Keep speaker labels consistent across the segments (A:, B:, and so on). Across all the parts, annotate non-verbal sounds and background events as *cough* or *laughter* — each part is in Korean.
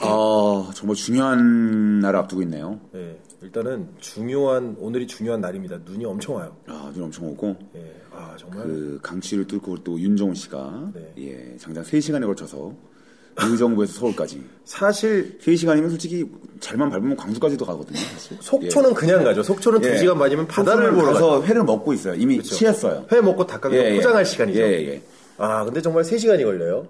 A: 아, 정말 중요한 날을 앞두고 있네요.
B: 예, 일단은 중요한 오늘이 중요한 날입니다. 눈이 엄청 와요.
A: 아, 눈 엄청 오고.
B: 예, 아 정말
A: 그 강씨를 뚫고 또 윤정훈 씨가
B: 네.
A: 예, 장장 3시간에 걸쳐서 의정부에서 서울까지
B: 사실
A: 3시간이면 솔직히 잘만 밟으면 광주까지도 가거든요. 사실.
B: 그렇죠. 속초는 그냥 가죠. 속초는
A: 예.
B: 두 시간 반이면 바다를
A: 속초를
B: 보러 가서
A: 가서 회를 먹고 있어요. 이미 취했어요.
B: 회 먹고 닭가슴
A: 예, 예.
B: 포장할 시간이죠.
A: 예, 예.
B: 아 근데 정말 세 시간이 걸려요.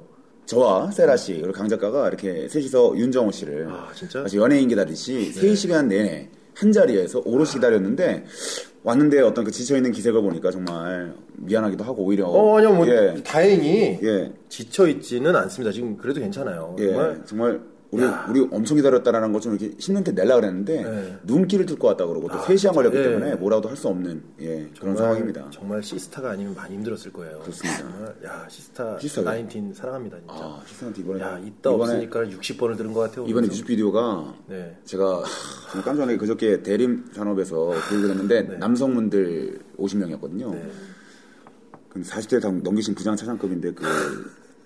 A: 저와 세라 씨 그리고 강 작가가 이렇게 셋이서 윤정호 씨를
B: 아, 진짜? 네.
A: 마치 연예인 기다리듯이 3시간 내내 한 자리에서 오롯이
B: 아.
A: 기다렸는데 왔는데 어떤 그 지쳐 있는 기색을 보니까 정말 미안하기도 하고 오히려
B: 어, 아니요, 뭐
A: 예.
B: 다행히
A: 예.
B: 지쳐 있지는 않습니다. 지금 그래도 괜찮아요.
A: 예,
B: 정말
A: 정말, 우리 우리 엄청 기다렸다라는 것 좀 이렇게 신는 테 낼라 그랬는데
B: 예.
A: 눈길을 뚫고 왔다 그러고 또 3시간 걸렸기
B: 예.
A: 때문에 뭐라도 할 수 없는 예, 그런
B: 정말-
A: 상황입니다.
B: 정말 시스타가 아니면 많이 힘들었을 거예요.
A: 그렇습니다.
B: 정말, 야 시스타
A: 시스타요?
B: 나인틴 사랑합니다 진짜.
A: 아, 시스한테 이번에
B: 야 있다
A: 이번에
B: 없으니까 60번을 들은 것 같아요.
A: 이번에
B: 오늘 좀.
A: 뮤직비디오가
B: 네.
A: 제가 정말 깜짝 놀라게 그저께 대림 산업에서 교육을 했는데 남성분들 50명이었거든요.
B: 네.
A: 그럼 40대 다 넘기신 부장 차장급인데 그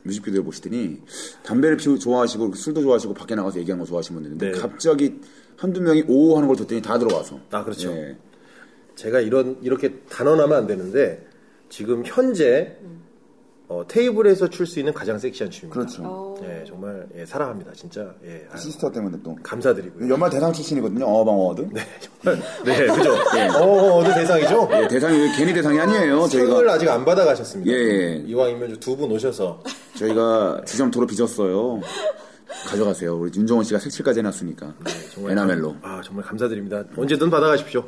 A: 뮤직비디오를 보시더니 담배를 피우 좋아하시고 술도 좋아하시고 밖에 나가서 얘기하는 거 좋아하시는 분들 있는데
B: 네.
A: 갑자기 한두 명이 오오 하는 걸 듣더니 다 들어와서
B: 아, 그렇죠.
A: 예.
B: 제가 이런 이렇게 단언하면 안 되는데 지금 현재 어, 테이블에서 출 수 있는 가장 섹시한 춤입니다.
A: 그렇죠.
C: 어.
B: 예, 정말 예, 사랑합니다 진짜. 예, 아유,
A: 시스터 때문에 또
B: 감사드리고요.
A: 연말 대상 출신이거든요. 어방 어워드.
B: *laughs* 네, 그죠. 어, 어, 어느 대상이죠?
A: 네. 예, 대상이 괜히 대상이 아니에요.
B: *laughs*
A: 저희가
B: 상을 아직 안 받아가셨습니다.
A: 예, 예.
B: 이왕이면 두 분 오셔서
A: 저희가 지점토로 빚었어요. 가져가세요. 우리 윤정원 씨가 색칠까지 해놨으니까.
B: 정말
A: 에나멜로.
B: 아 정말 감사드립니다. 언제든 받아가십시오.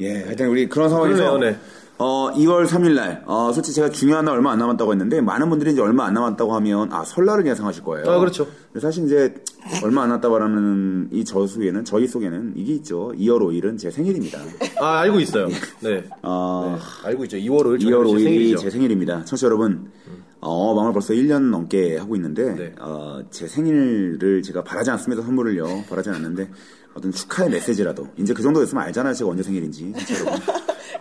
A: 예, 하여튼 우리 그런 상황에서
B: 그러네요, 네.
A: 어, 2월 3일 날 어, 솔직히 제가 중요한 날 얼마 안 남았다고 했는데 많은 분들이 이제 얼마 안 남았다고 하면 아 설날을 예상하실 거예요.
B: 아, 그렇죠.
A: 근데 사실 이제 얼마 안 남았다고 하는 이 저수에는 저희 속에는 이게 있죠. 2월 5일은 제 생일입니다.
B: 아 알고 있어요. 네.
A: 어,
B: 네, 알고 있죠. 2월 5일
A: 2월 5일이
B: 생일이죠. 음.
A: 제 생일입니다. 청취자 여러분, 어, 망을 벌써 1년 넘게 하고 있는데,
B: 네.
A: 어, 제 생일을 제가 바라지 않습니다. 선물을요. 바라지 않는데, 어떤 축하의 메시지라도. 이제 그 정도 됐으면 알잖아요. 제가 언제
B: 음.
A: 생일인지. 청취자 여러분.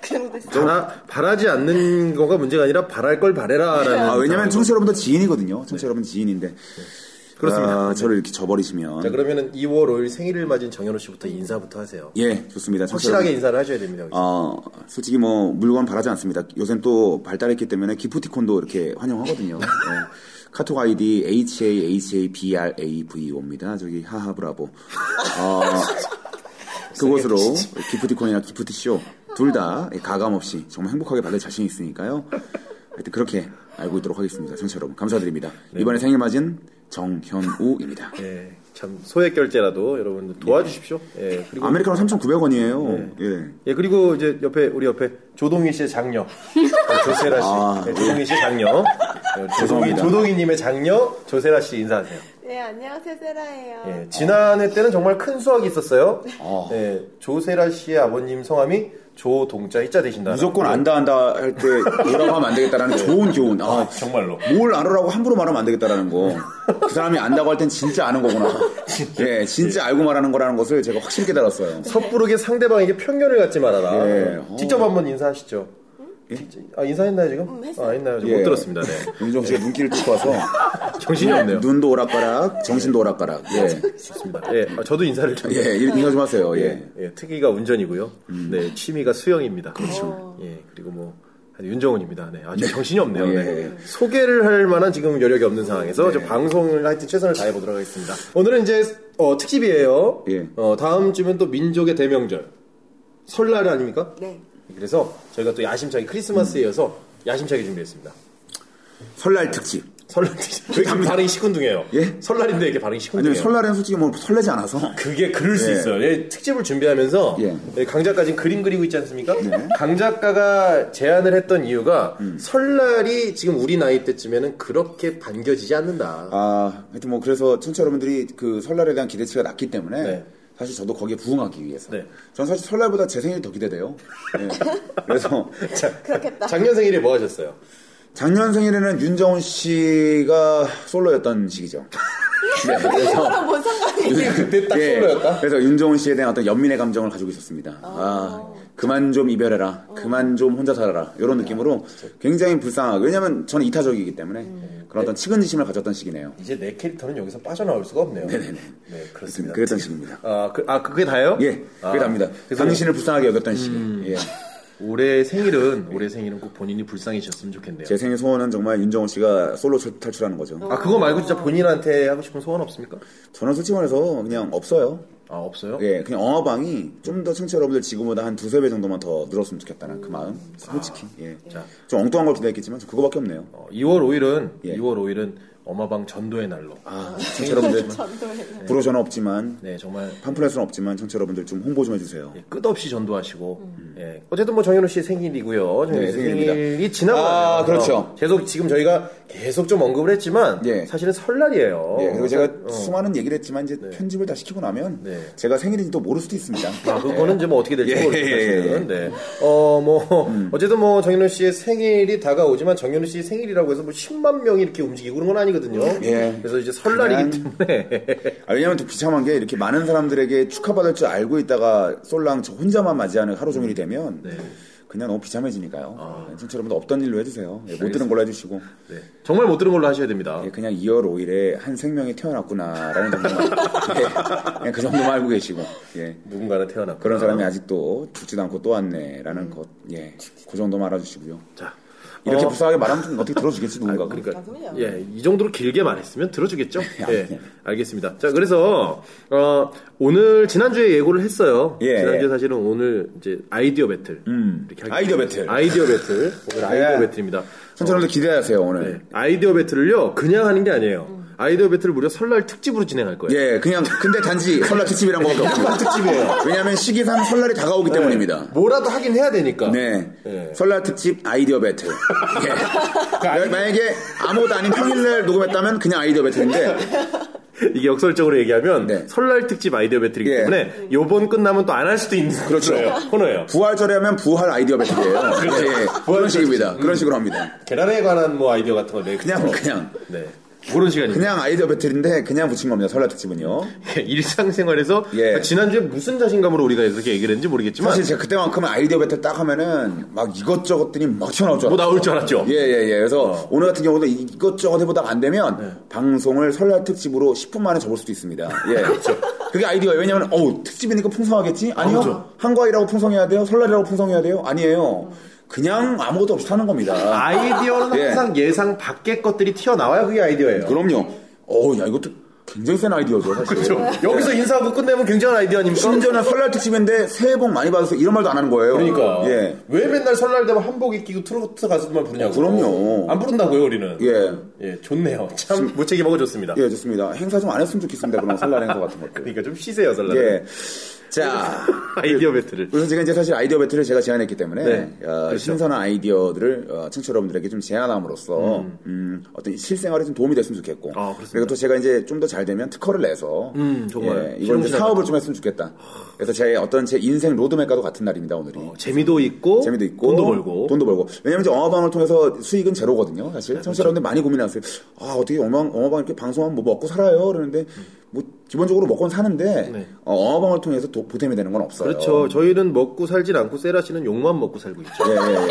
C: 그 정도 됐어.
B: 바라, 바라지 않는 거가 문제가 아니라 바랄 걸 바래라라는.
A: 아, 왜냐면
B: 상황이거든요.
A: 청취자 여러분도 지인이거든요. 청취자 여러분 지인인데.
B: 네. 그렇습니다. 네.
A: 아, 저를 이렇게 저버리시면.
B: 자 그러면은 2월 5일 생일을 맞은 정현우 씨부터 인사부터 하세요.
A: 예, 좋습니다. 청취자
B: 확실하게
A: 여러분.
B: 인사를 하셔야 됩니다. 여기서.
A: 어, 솔직히 뭐, 물건 바라지 않습니다. 요새는 또 발달했기 때문에 기프티콘도 이렇게 환영하거든요. 예. 카톡 아이디 HAHABRAVO입니다. 저기, 하하브라보. 어, 그곳으로 기프티콘이나 기프티쇼 둘 다 가감 없이 정말 행복하게 받을 자신 이 있으니까요. 하여튼 그렇게 알고 있도록 하겠습니다. 청취자 여러분, 감사드립니다. 이번에 생일 맞은 정현우입니다.
B: 예, 참 소액 결제라도 여러분 도와주십시오. 예, 그리고
A: 아메리카노 3,900원이에요. 예.
B: 예, 그리고 이제 옆에 우리 옆에 조동희 씨의 장녀, 네, 조세라 씨,
A: 아,
B: 네, 조동희 씨의 장녀, 네, 조동희
A: 죄송합니다.
B: 조동희님의 장녀 조세라 씨 인사하세요.
C: 네, 안녕하세요, 세라예요.
B: 예, 지난해 때는 정말 큰 수확이 있었어요.
A: 아.
B: 예, 조세라 씨의 아버님 성함이 조동자 이자 되신다.
A: 무조건 안다 안다 할 때 뭐라고 하면 안 되겠다라는 좋은 교훈. 아,
B: 정말로.
A: 뭘 알아라고 함부로 말하면 안 되겠다라는 거. 그 사람이 안다고 할 땐 진짜 아는 거구나. 예, 진짜 알고 말하는 거라는 것을 제가 확실히 깨달았어요.
B: 섣부르게 상대방에게 편견을 갖지 말아라.
A: 예, 어.
B: 직접 한번 인사하시죠. 아 인사했나요 지금?
C: 음, 했어요.
B: 아 했나요? 지금
A: 예.
B: 못 들었습니다. 네.
A: 윤정 씨가 눈길을 뚫고 와서
B: *laughs* 정신이 없네요.
A: 눈도 오락가락, 정신도 오락가락. 예,
B: 좋습니다. 예, 아, 저도 인사를 좀.
A: 예, 인사 좀 하세요. 예.
B: 예, 특기가 운전이고요. 네, 취미가 수영입니다.
C: 어.
B: 그렇죠. 예, 그리고 뭐 윤정훈입니다. 네, 아주 정신이 없네요.
A: 예.
B: 네. 소개를 할 만한 지금 여력이 없는 상황에서 저 방송을 하여튼 최선을 다해 보도록 하겠습니다. 오늘은 이제 어, 특집이에요.
A: 예.
B: 어, 다음 주면 또 민족의 대명절 설날 아닙니까?
C: 네.
B: 그래서 저희가 또 야심차게 크리스마스에 이어서 야심차게 준비했습니다.
A: 설날 특집.
B: 설날 특집. 왜 이렇게 반응이 시큰둥해요?
A: 예?
B: 설날인데 이게 반응이 시큰둥해요?
A: 아니면 설날엔 솔직히 뭐 설레지 않아서.
B: 그게 그럴 수
A: 예.
B: 있어요. 예, 특집을 준비하면서
A: 예.
B: 예, 네. 강 작가 지금 그림 그리고 있지 않습니까? 강 작가가 제안을 했던 이유가 설날이 지금 우리 나이 때쯤에는 그렇게 반겨지지 않는다.
A: 아, 하여튼 뭐 그래서 청취자 여러분들이 그 설날에 대한 기대치가 낮기 때문에
B: 네.
A: 사실 저도 거기에 부응하기 위해서.
B: 네.
A: 전 사실 설날보다 제 생일이 더 기대돼요. 네. 그래서
C: 그렇겠다.
B: 작년 생일에 뭐 하셨어요?
A: 작년 생일에는 윤정훈 씨가 솔로였던 시기죠. 네, 그래서
C: 그거랑 뭔 상관이에요?
B: 그때 딱
A: 예,
B: 솔로였다?
A: 그래서 윤정훈 씨에 대한 어떤 연민의 감정을 가지고 있었습니다. 아, 그만 좀 이별해라. 그만 좀 혼자 살아라. 이런 느낌으로 굉장히 불쌍하고 왜냐면 저는 이타적이기 때문에
B: 음.
A: 그런 어떤 측은지심을 가졌던 시기네요.
B: 이제 내 캐릭터는 여기서 빠져나올 수가 없네요. 네네네. 네, 그렇습니다.
A: 그랬던 시기입니다.
B: 아, 그, 아, 그게 다예요?
A: 예, 그게 답니다.
B: 그래서 음.
A: 당신을 불쌍하게 여겼던 시기. 예.
B: 올해 생일은 올해 생일은 꼭 본인이 불쌍해지셨으면 좋겠네요.
A: 제 생일 소원은 정말 윤정호 씨가 솔로 출- 탈출하는 거죠.
B: 아 그거 말고 진짜 본인한테 하고 싶은 소원 없습니까?
A: 저는 솔직히 말해서 그냥 없어요.
B: 아 없어요?
A: 예, 그냥 어화방이 좀 더 청취자 여러분들 지금보다 한 두세 배 정도만 더 늘었으면 좋겠다는 그 마음. 솔직히.
B: 아,
A: 예. 좀 엉뚱한 걸 기대했겠지만 저 그거밖에 없네요.
B: 어, 2월 5일은
A: 예.
B: 2월 5일은 엄마방 전도의 날로.
A: 아, 청취자
B: *laughs*
A: 여러분들.
C: 전도해요.
A: 불호전화 없지만,
B: 네 정말
A: 팜플렛은 없지만 청취자 여러분들 좀 홍보 좀 해주세요.
B: 예, 끝없이 전도하시고. 예. 어쨌든 뭐 정현우 씨 생일이고요. 정현우
A: 음. 네,
B: 씨
A: 생일입니다.
B: 생일이 지나고
A: 아,
B: 나서
A: 그렇죠.
B: 계속 지금 저희가 계속 좀 언급을 했지만
A: 예.
B: 사실은 설날이에요.
A: 예, 그리고 제가
B: 어.
A: 수많은 얘기를 했지만 이제 편집을 다 시키고 나면
B: 네.
A: 제가 생일인지 또 모를 수도 있습니다.
B: 아, 그거는 이제 뭐 어떻게 될지
A: 예,
B: 모르겠어요.
A: 예, 예, 음.
B: 사실은. 네. 어, 뭐, 어쨌든 뭐 정현우 씨의 생일이 다가오지만 정현우 씨의 생일이라고 해서 뭐 10만 명이 이렇게 움직이고 그런 건 아니거든요.
A: 예.
B: 그래서 이제 설날이기
A: 그냥-
B: 때문에.
A: 아, 왜냐면 또 비참한 게 이렇게 많은 사람들에게 축하받을 줄 알고 있다가 쏠랑 저 혼자만 맞이하는 하루 종일이 되면
B: 네.
A: 그냥 너무 비참해지니까요.
B: 아.
A: 청취자 여러분들 없던 일로 해주세요. 예, 못 들은 걸로 해주시고
B: 네. 정말 못 들은 걸로 하셔야 됩니다.
A: 예, 그냥 2월 5일에 한 생명이 태어났구나라는
B: *laughs*
A: 정도만 예, 그냥 그 정도만 알고 계시고 예.
B: 누군가는 태어났고.
A: 그런 사람이 아직도 죽지도 않고 또 왔네라는 것, 예, 그 정도만 알아주시고요.
B: 자.
A: 이렇게
B: 음. 어.
A: 불쌍하게 말하면 좀 어떻게 들어주겠지 누군가. 가
B: 그러니까
C: 그럼요.
B: 예, 이 정도로 길게 말했으면 들어주겠죠.
A: 예.
B: 예, 알겠습니다. 자, 그래서 어, 오늘 지난주에 예고를 했어요.
A: 예, 예.
B: 지난주 에 사실은 오늘 이제 아이디어 배틀
A: 음.
B: 이렇게 할
A: 아이디어
B: 거예요.
A: 배틀.
B: 아이디어 배틀 오늘 아이디어
A: *laughs* 예.
B: 배틀입니다. 어.
A: 선생님들 기대하세요 오늘.
B: 네, 아이디어 배틀을요 그냥 하는 게 아니에요. 아이디어 배틀을 무려 설날 특집으로 진행할 거예요.
A: 예, 그냥 근데
B: *laughs*
A: 단지 설날 특집이란 거밖에
B: 네,
A: 없죠. 특집이에요. 왜냐하면 시기상 설날이 다가오기 때문입니다.
B: 뭐라도 하긴 해야 되니까.
A: 네.
B: 네.
A: 설날 특집 아이디어
B: *laughs*
A: 배틀. 예. 만약에 아무것도 아닌 평일날 녹음했다면 그냥 아이디어
B: *laughs*
A: 배틀인데
B: 이게 역설적으로 얘기하면
A: 네.
B: 설날 특집 아이디어 배틀이기
A: 예.
B: 때문에 요번 끝나면 또 안 할 수도 있는
A: 그렇죠.
B: 그런 *laughs* 코너예요.
A: 부활절에 하면 부활 아이디어 *laughs* 배틀이에요. 예, 예. 그런 식입니다. 그런 식으로 합니다.
B: 계란에 관한 뭐 아이디어 같은 걸 내고
A: 그냥 그냥
B: 네. 그런 시간입니다.
A: 그냥 아이디어 배틀인데 그냥 붙인 겁니다. 설날 특집은요.
B: *laughs* 일상생활에서 그러니까
A: 예.
B: 지난주에 무슨 자신감으로 우리가 이렇게 얘기를 했는지 모르겠지만
A: 사실 제가 그때만큼은 아이디어 배틀 딱 하면은 막 이것저것들이 막 튀어나올 줄 알았어요.
B: 뭐 나올 줄 알았죠.
A: 예, 예, 예. 그래서 오늘 같은 경우도 이것저것 해보다가 안 되면 방송을 설날 특집으로 10분 만에 접을 수도 있습니다. 예. 네. *laughs* 그렇죠. 그게 아이디어예요. 왜냐면, 어우, 특집이니까 풍성하겠지? 아니요.
B: 그렇죠.
A: 한과일이라고 풍성해야 돼요? 설날이라고 풍성해야 돼요? 아니에요. 그냥 아무것도 없이 사는 겁니다.
B: 아이디어는
A: 예.
B: 항상 예상 밖의 것들이 튀어나와야 그게 아이디어예요.
A: 그럼요. 어우, 야, 이것도 굉장히 센 아이디어죠, 사실.
B: 그렇죠. 여기서 인사하고 끝내면 굉장한 아이디어 아닙니까?
A: 심지어는 설날 특집인데 새해 복 많이 받으세요. 이런 말도 안 하는 거예요.
B: 그러니까
A: 예.
B: 왜 맨날 설날 되면 한복 입기고 트로트 가수들만 부르냐고
A: 그럼요.
B: 안 부른다고요 우리는
A: 예.
B: 예, 좋네요 참 무책임하고 좋습니다
A: 예, 좋습니다. 행사 좀 안 했으면 좋겠습니다. 그런 설날 행사 같은 것들.
B: 그러니까 좀 쉬세요 설날
A: 예. 자.
B: *laughs* 아이디어 배틀을
A: 우선 제가 이제 사실 아이디어 배틀을 제가 제안했기 때문에
B: 네,
A: 어, 신선한 아이디어들을 어, 청취자 여러분들에게 좀 제안함으로써 음, 어떤 실생활에 좀 도움이 됐으면 좋겠고
B: 아, 그렇습니다.
A: 리고또 제가 이제 좀 더 잘 되면 특허를 내서
B: 음, 정말.
A: 예, 이걸 이제
B: 실용신학.
A: 사업을 좀 했으면 좋겠다. 그래서 제 어떤 제 인생 로드맵과도 같은 날입니다 오늘이.
B: 재미도 있고
A: 재미도 있고
B: 돈도 벌고
A: 돈도 벌고 왜냐면 이제 어마방을 통해서 수익은 제로거든요 사실
B: 네,
A: 청취자 여러분들 많이 고민하세요 아 어떻게 어마방 어마방 이렇게 방송하면 뭐 먹고 살아요 그러는데 뭐 기본적으로 먹고는 사는데
B: 네.
A: 어, 어마방을 통해서 도, 보탬이 되는 건 없어요
B: 그렇죠 저희는 먹고 살진 않고 세라 씨는 욕만 먹고 살고 있죠
A: 예, 예, 예.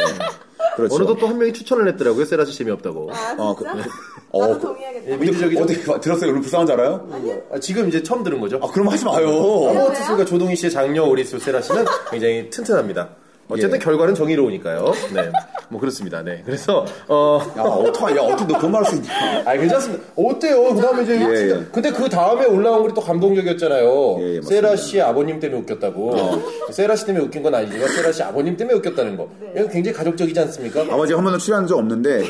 A: 그렇죠.
B: 어느덧 또 한 명이 추천을 했더라고요 세라 씨 재미없다고
C: 아, 진짜?
A: 어, 그-
C: 나도
A: 어,
C: 동의하겠다.
B: 예, 민주적이죠?
A: 어떻게 봐- 들었어요? 오늘 불쌍한 줄 알아요?
B: 아, 지금 이제 처음 들은 거죠
A: 아, 그럼 하지 마요.
B: 허버트 수가 조동희 씨의 장녀 우리 세라 씨는 굉장히 튼튼합니다. 어쨌든
A: 예.
B: 결과는 정의로우니까요. 네. 뭐 그렇습니다. 네. 그래서 어
A: 야, 어떡하, 야, 어떻게 너 그런 말 할 수 있냐.
B: 아, 괜찮습니다. 어때요? 그 다음에 이제.
A: 예,
B: 진짜-
A: 예.
B: 근데 그 다음에 올라온 글이 또 감동적이었잖아요.
A: 예, 예, 맞습니다.
B: 세라 씨 아버님 때문에 웃겼다고. 세라 씨 때문에 웃긴 건 아니지만 세라 씨 아버님 때문에 웃겼다는 거. 이거 굉장히 가족적이지 않습니까?
A: 아버지 한 번도 출연한 적
B: *laughs*
A: 없는데,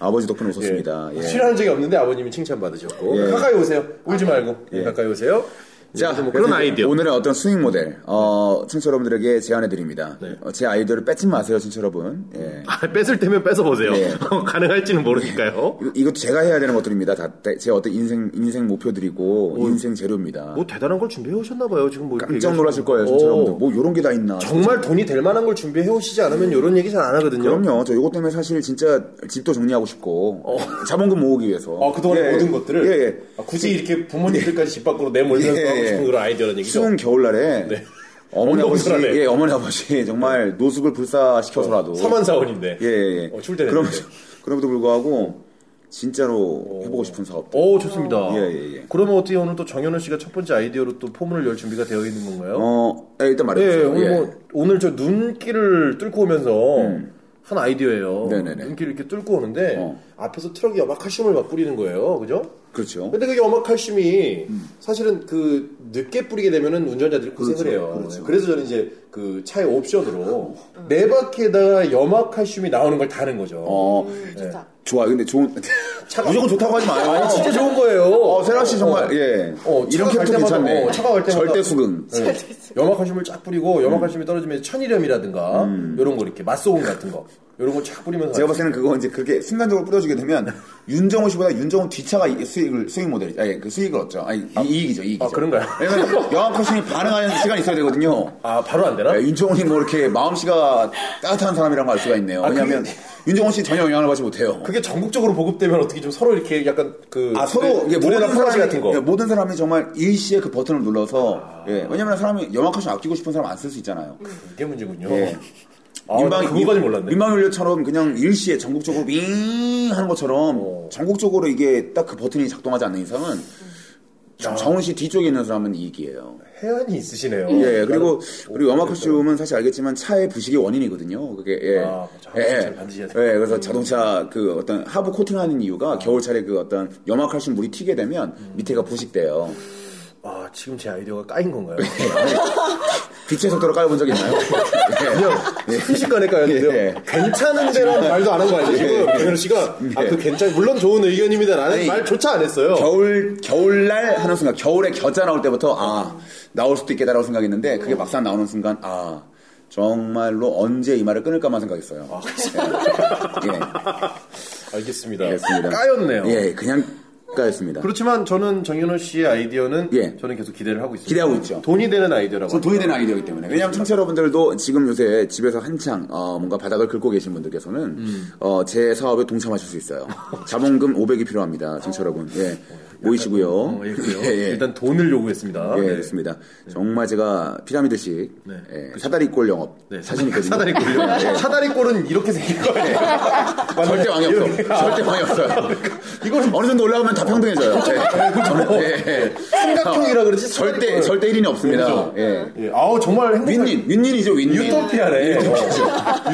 A: 아버지 덕분에 웃었습니다. 예.
B: 싫어하는 적이 없는데 아버님이 칭찬받으셨고.
A: 예.
B: 가까이 오세요. 울지 말고. 가까이 오세요.
A: 자,
B: 예. 그래서 뭐
A: 그래서
B: 그런 아이디어.
A: 오늘의 어떤 수익 모델, 어, 청취 여러분들에게 제안해드립니다.
B: 네.
A: 어, 제 아이디어를 뺏지 마세요, 청취 여러분. 예.
B: 아, 뺏을 때면 뺏어보세요.
A: 예.
B: *laughs* 가능할지는 모르니까요.
A: 이거- 이것도 제가 해야 되는 것들입니다. 다, 대- 제 어떤 인생, 인생 목표들이고, 인생 재료입니다.
B: 뭐 대단한 걸 준비해 오셨나봐요. 지금 뭐 이렇게
A: 깜짝 놀라실
B: 얘기하시고.
A: 거예요, 청취
B: 오.
A: 여러분들. 뭐, 요런 게 다 있나.
B: 정말 돈이 될 만한 걸 준비해 오시지 않으면 이런 얘기 잘 안 하거든요.
A: 그럼요. 저 이것 때문에 사실 진짜 집도 정리하고 싶고 자본금 모으기 위해서.
B: 아, 어. 그동안의
A: 예,
B: 모든 것들을
A: 예, 예.
B: 아, 굳이 이렇게 부모님들까지 집 밖으로 내몰면서
A: 예, 예.
B: 하고 싶은 그런 아이디어라는 얘기죠. 네.
A: 추운 겨울날에 어머니 아버지,
B: 그렇죠. 운동선에.
A: 예, 어머니 아버지 정말 노숙을
B: 어,
A: 불사시켜서라도
B: 사만사원인데.
A: 예, 예, 예.
B: 어, 출퇴근했는데.
A: 그럼 *laughs* 그럼에도 불구하고 진짜로 해보고 싶은 사업.
B: 오 좋습니다.
A: 예, 예, 예.
B: 그러면 어떻게 오늘 또 정현우 씨가 첫 번째 아이디어로 또 포문을 열 준비가 되어 있는 건가요?
A: 어, 예, 일단
B: 예,
A: 말해주세요.
B: 오늘,
A: 예.
B: 뭐 오늘 저 눈길을 뚫고 오면서 한 아이디어예요.
A: 음. 네네네.
B: 눈길을 이렇게 뚫고 오는데
A: 어.
B: 앞에서 트럭이 염화칼슘을 막 뿌리는 거예요. 그죠?
A: 그렇죠.
B: 근데 그게 염화칼슘이 사실은 그 늦게 뿌리게 되면은 운전자들이
A: 음.
B: 고생을
A: 그렇죠,
B: 해요.
A: 그렇죠.
B: 래서 저는 이제 그 차의 옵션으로 네 바퀴에다가 염화칼슘이 나오는 걸 다는 거죠.
A: 어,
C: 음, 좋다.
A: 좋아요. 근데
B: *laughs*
A: 좋은 무조건 좋다고 하지 마요.
B: 아니 진짜 좋은 거예요.
A: 어, 세라 씨 정말
B: 어.
A: 예.
B: 어,
A: 이런
B: 차가 갈
A: 캐릭터
B: 때마다,
A: 괜찮네.
B: 어, 차가 갈 때마다.
A: 절대 수긍.
B: 네. 염화칼슘을 쫙 뿌리고 염화칼슘이 떨어지면 천일염이라든가 이런 거 이렇게 맛소금 같은 거 이런 거 쫙 뿌리면서
A: 음. 제가 봤을 때는 그거 이제 그렇게 순간적으로 뿌려주게
B: *laughs*
A: 되면 윤정호 씨보다 윤정호 뒤차가 이- 수익을 수익 모델이 아니 그 수익을 얻죠. 아니 이- 이익이죠. 이익이죠.
B: 아, 그런가요? *laughs*
A: 왜냐면 영학코신이 반응하는 시간이 있어야 되거든요.
B: 아 바로 안 되나?
A: 네, 윤정호 씨뭐 이렇게 마음씨가 따뜻한 사람이라는 걸 알 수가 있네요.
B: 아,
A: 왜냐하면
B: 그게-
A: 윤정호 씨 전혀 영향을 받지 못해요.
B: 그게 전국적으로 보급되면 어떻게 좀 서로 이렇게 약간 그
A: 아 서로 이게
B: 모래나
A: 모든
B: 포라지
A: 사람이
B: 같은 거
A: 예, 모든 사람이 정말 일시에 그 버튼을 눌러서 예, 왜냐면 사람이 영악코신 아끼고 싶은 사람 안 쓸 수 있잖아요.
B: 이게 문제군요.
A: 예.
B: 음. 아, 나 그거까지 몰랐네.
A: 민방 윤례처럼 그냥 일시에 전국적으로 윙 하는 것처럼 전국적으로 이게 딱 그 버튼이 작동하지 않는 이상은 정- 정훈 씨 뒤쪽에 있는 사람은 이익이에요.
B: 해안이 있으시네요.
A: 예, 그리고
B: 나는- 뭐
A: 그리고 염화칼슘은 사실 알겠지만 차의 부식의 원인이거든요. 그게 예.
B: 아, 자동차를 반드시 해야 돼요. 아.
A: 예, 그래서 자동차 그 어떤 하부 코팅하는 이유가 겨울철에 그 어떤 염화칼슘 물이 튀게 되면 밑에가 부식돼요.
B: 아 지금 제 아이디어가 까인 건가요?
A: 빛의 속도로 깔아본 적 있나요?
B: *laughs*
A: *laughs*
B: 그냥 순식간에 까였는데요.
A: 네. 예.
B: 괜찮은데라는 말도 안 한 거 아니에요? 지금 정현우 씨가 아 그 괜찮 물론 좋은 의견입니다. 나는
A: 아니,
B: 말조차 안 했어요.
A: 겨울 겨울날 하는 순간 겨울에 겨자 나올 때부터 아 나올 수도 있겠다라고 생각했는데
B: 어.
A: 그게 막상 나오는 순간 아 정말로 언제 이 말을 끊을까만 생각했어요.
B: 아,
A: 예,
B: 알겠습니다.
A: 예, 알겠습니다.
B: 까였네요.
A: 예, 그냥
B: 그렇죠.
A: 까였습니다.
B: 그렇지만 저는 정윤호 씨의 아이디어는
A: 예.
B: 저는 계속 기대를 하고 있습니다.
A: 기대하고 있죠.
B: 돈이 되는 아이디어라고.
A: 저
B: 합니다.
A: 돈이 되는 아이디어이기 때문에.
B: 그렇죠.
A: 왜냐하면 청취자 여러분들도 지금 요새 집에서 한창 어, 뭔가 바닥을 긁고 계신 분들께서는
B: 음.
A: 어, 제 사업에 동참하실 수
B: *laughs*
A: 있어요. 자본금 500이 필요합니다, 청취자 여러분. 예, 모이시고요.
B: 어, 예,
A: *laughs*
B: 그래요.
A: 예, 예.
B: 일단 돈을 요구했습니다.
A: 예,
B: 네.
A: 그렇습니다. 정말 제가 피라미드식
B: 네,
A: 예, 사다리꼴 영업
B: 네,
A: 자신 있거든요. 예.
B: 사다리 꼴요. 사다리 꼴은 이렇게 생긴 거예요.
A: *laughs* *laughs* 절대 왕이 없어.
B: 아.
A: 절대 왕이 없어요. 이건 어느 정도 올라가면 다 평등해져요. 예. 예, 예.
B: 삼각형이라 그렇죠. 그러지 사다리
A: 절대
B: 꼴.
A: 절대 1인이 없습니다.
B: 그렇죠.
A: 예.
B: *laughs* 예, 아우 정말 행복해.
A: 윈윈 윈윈이죠 윈윈.
B: 유토피아네. 어,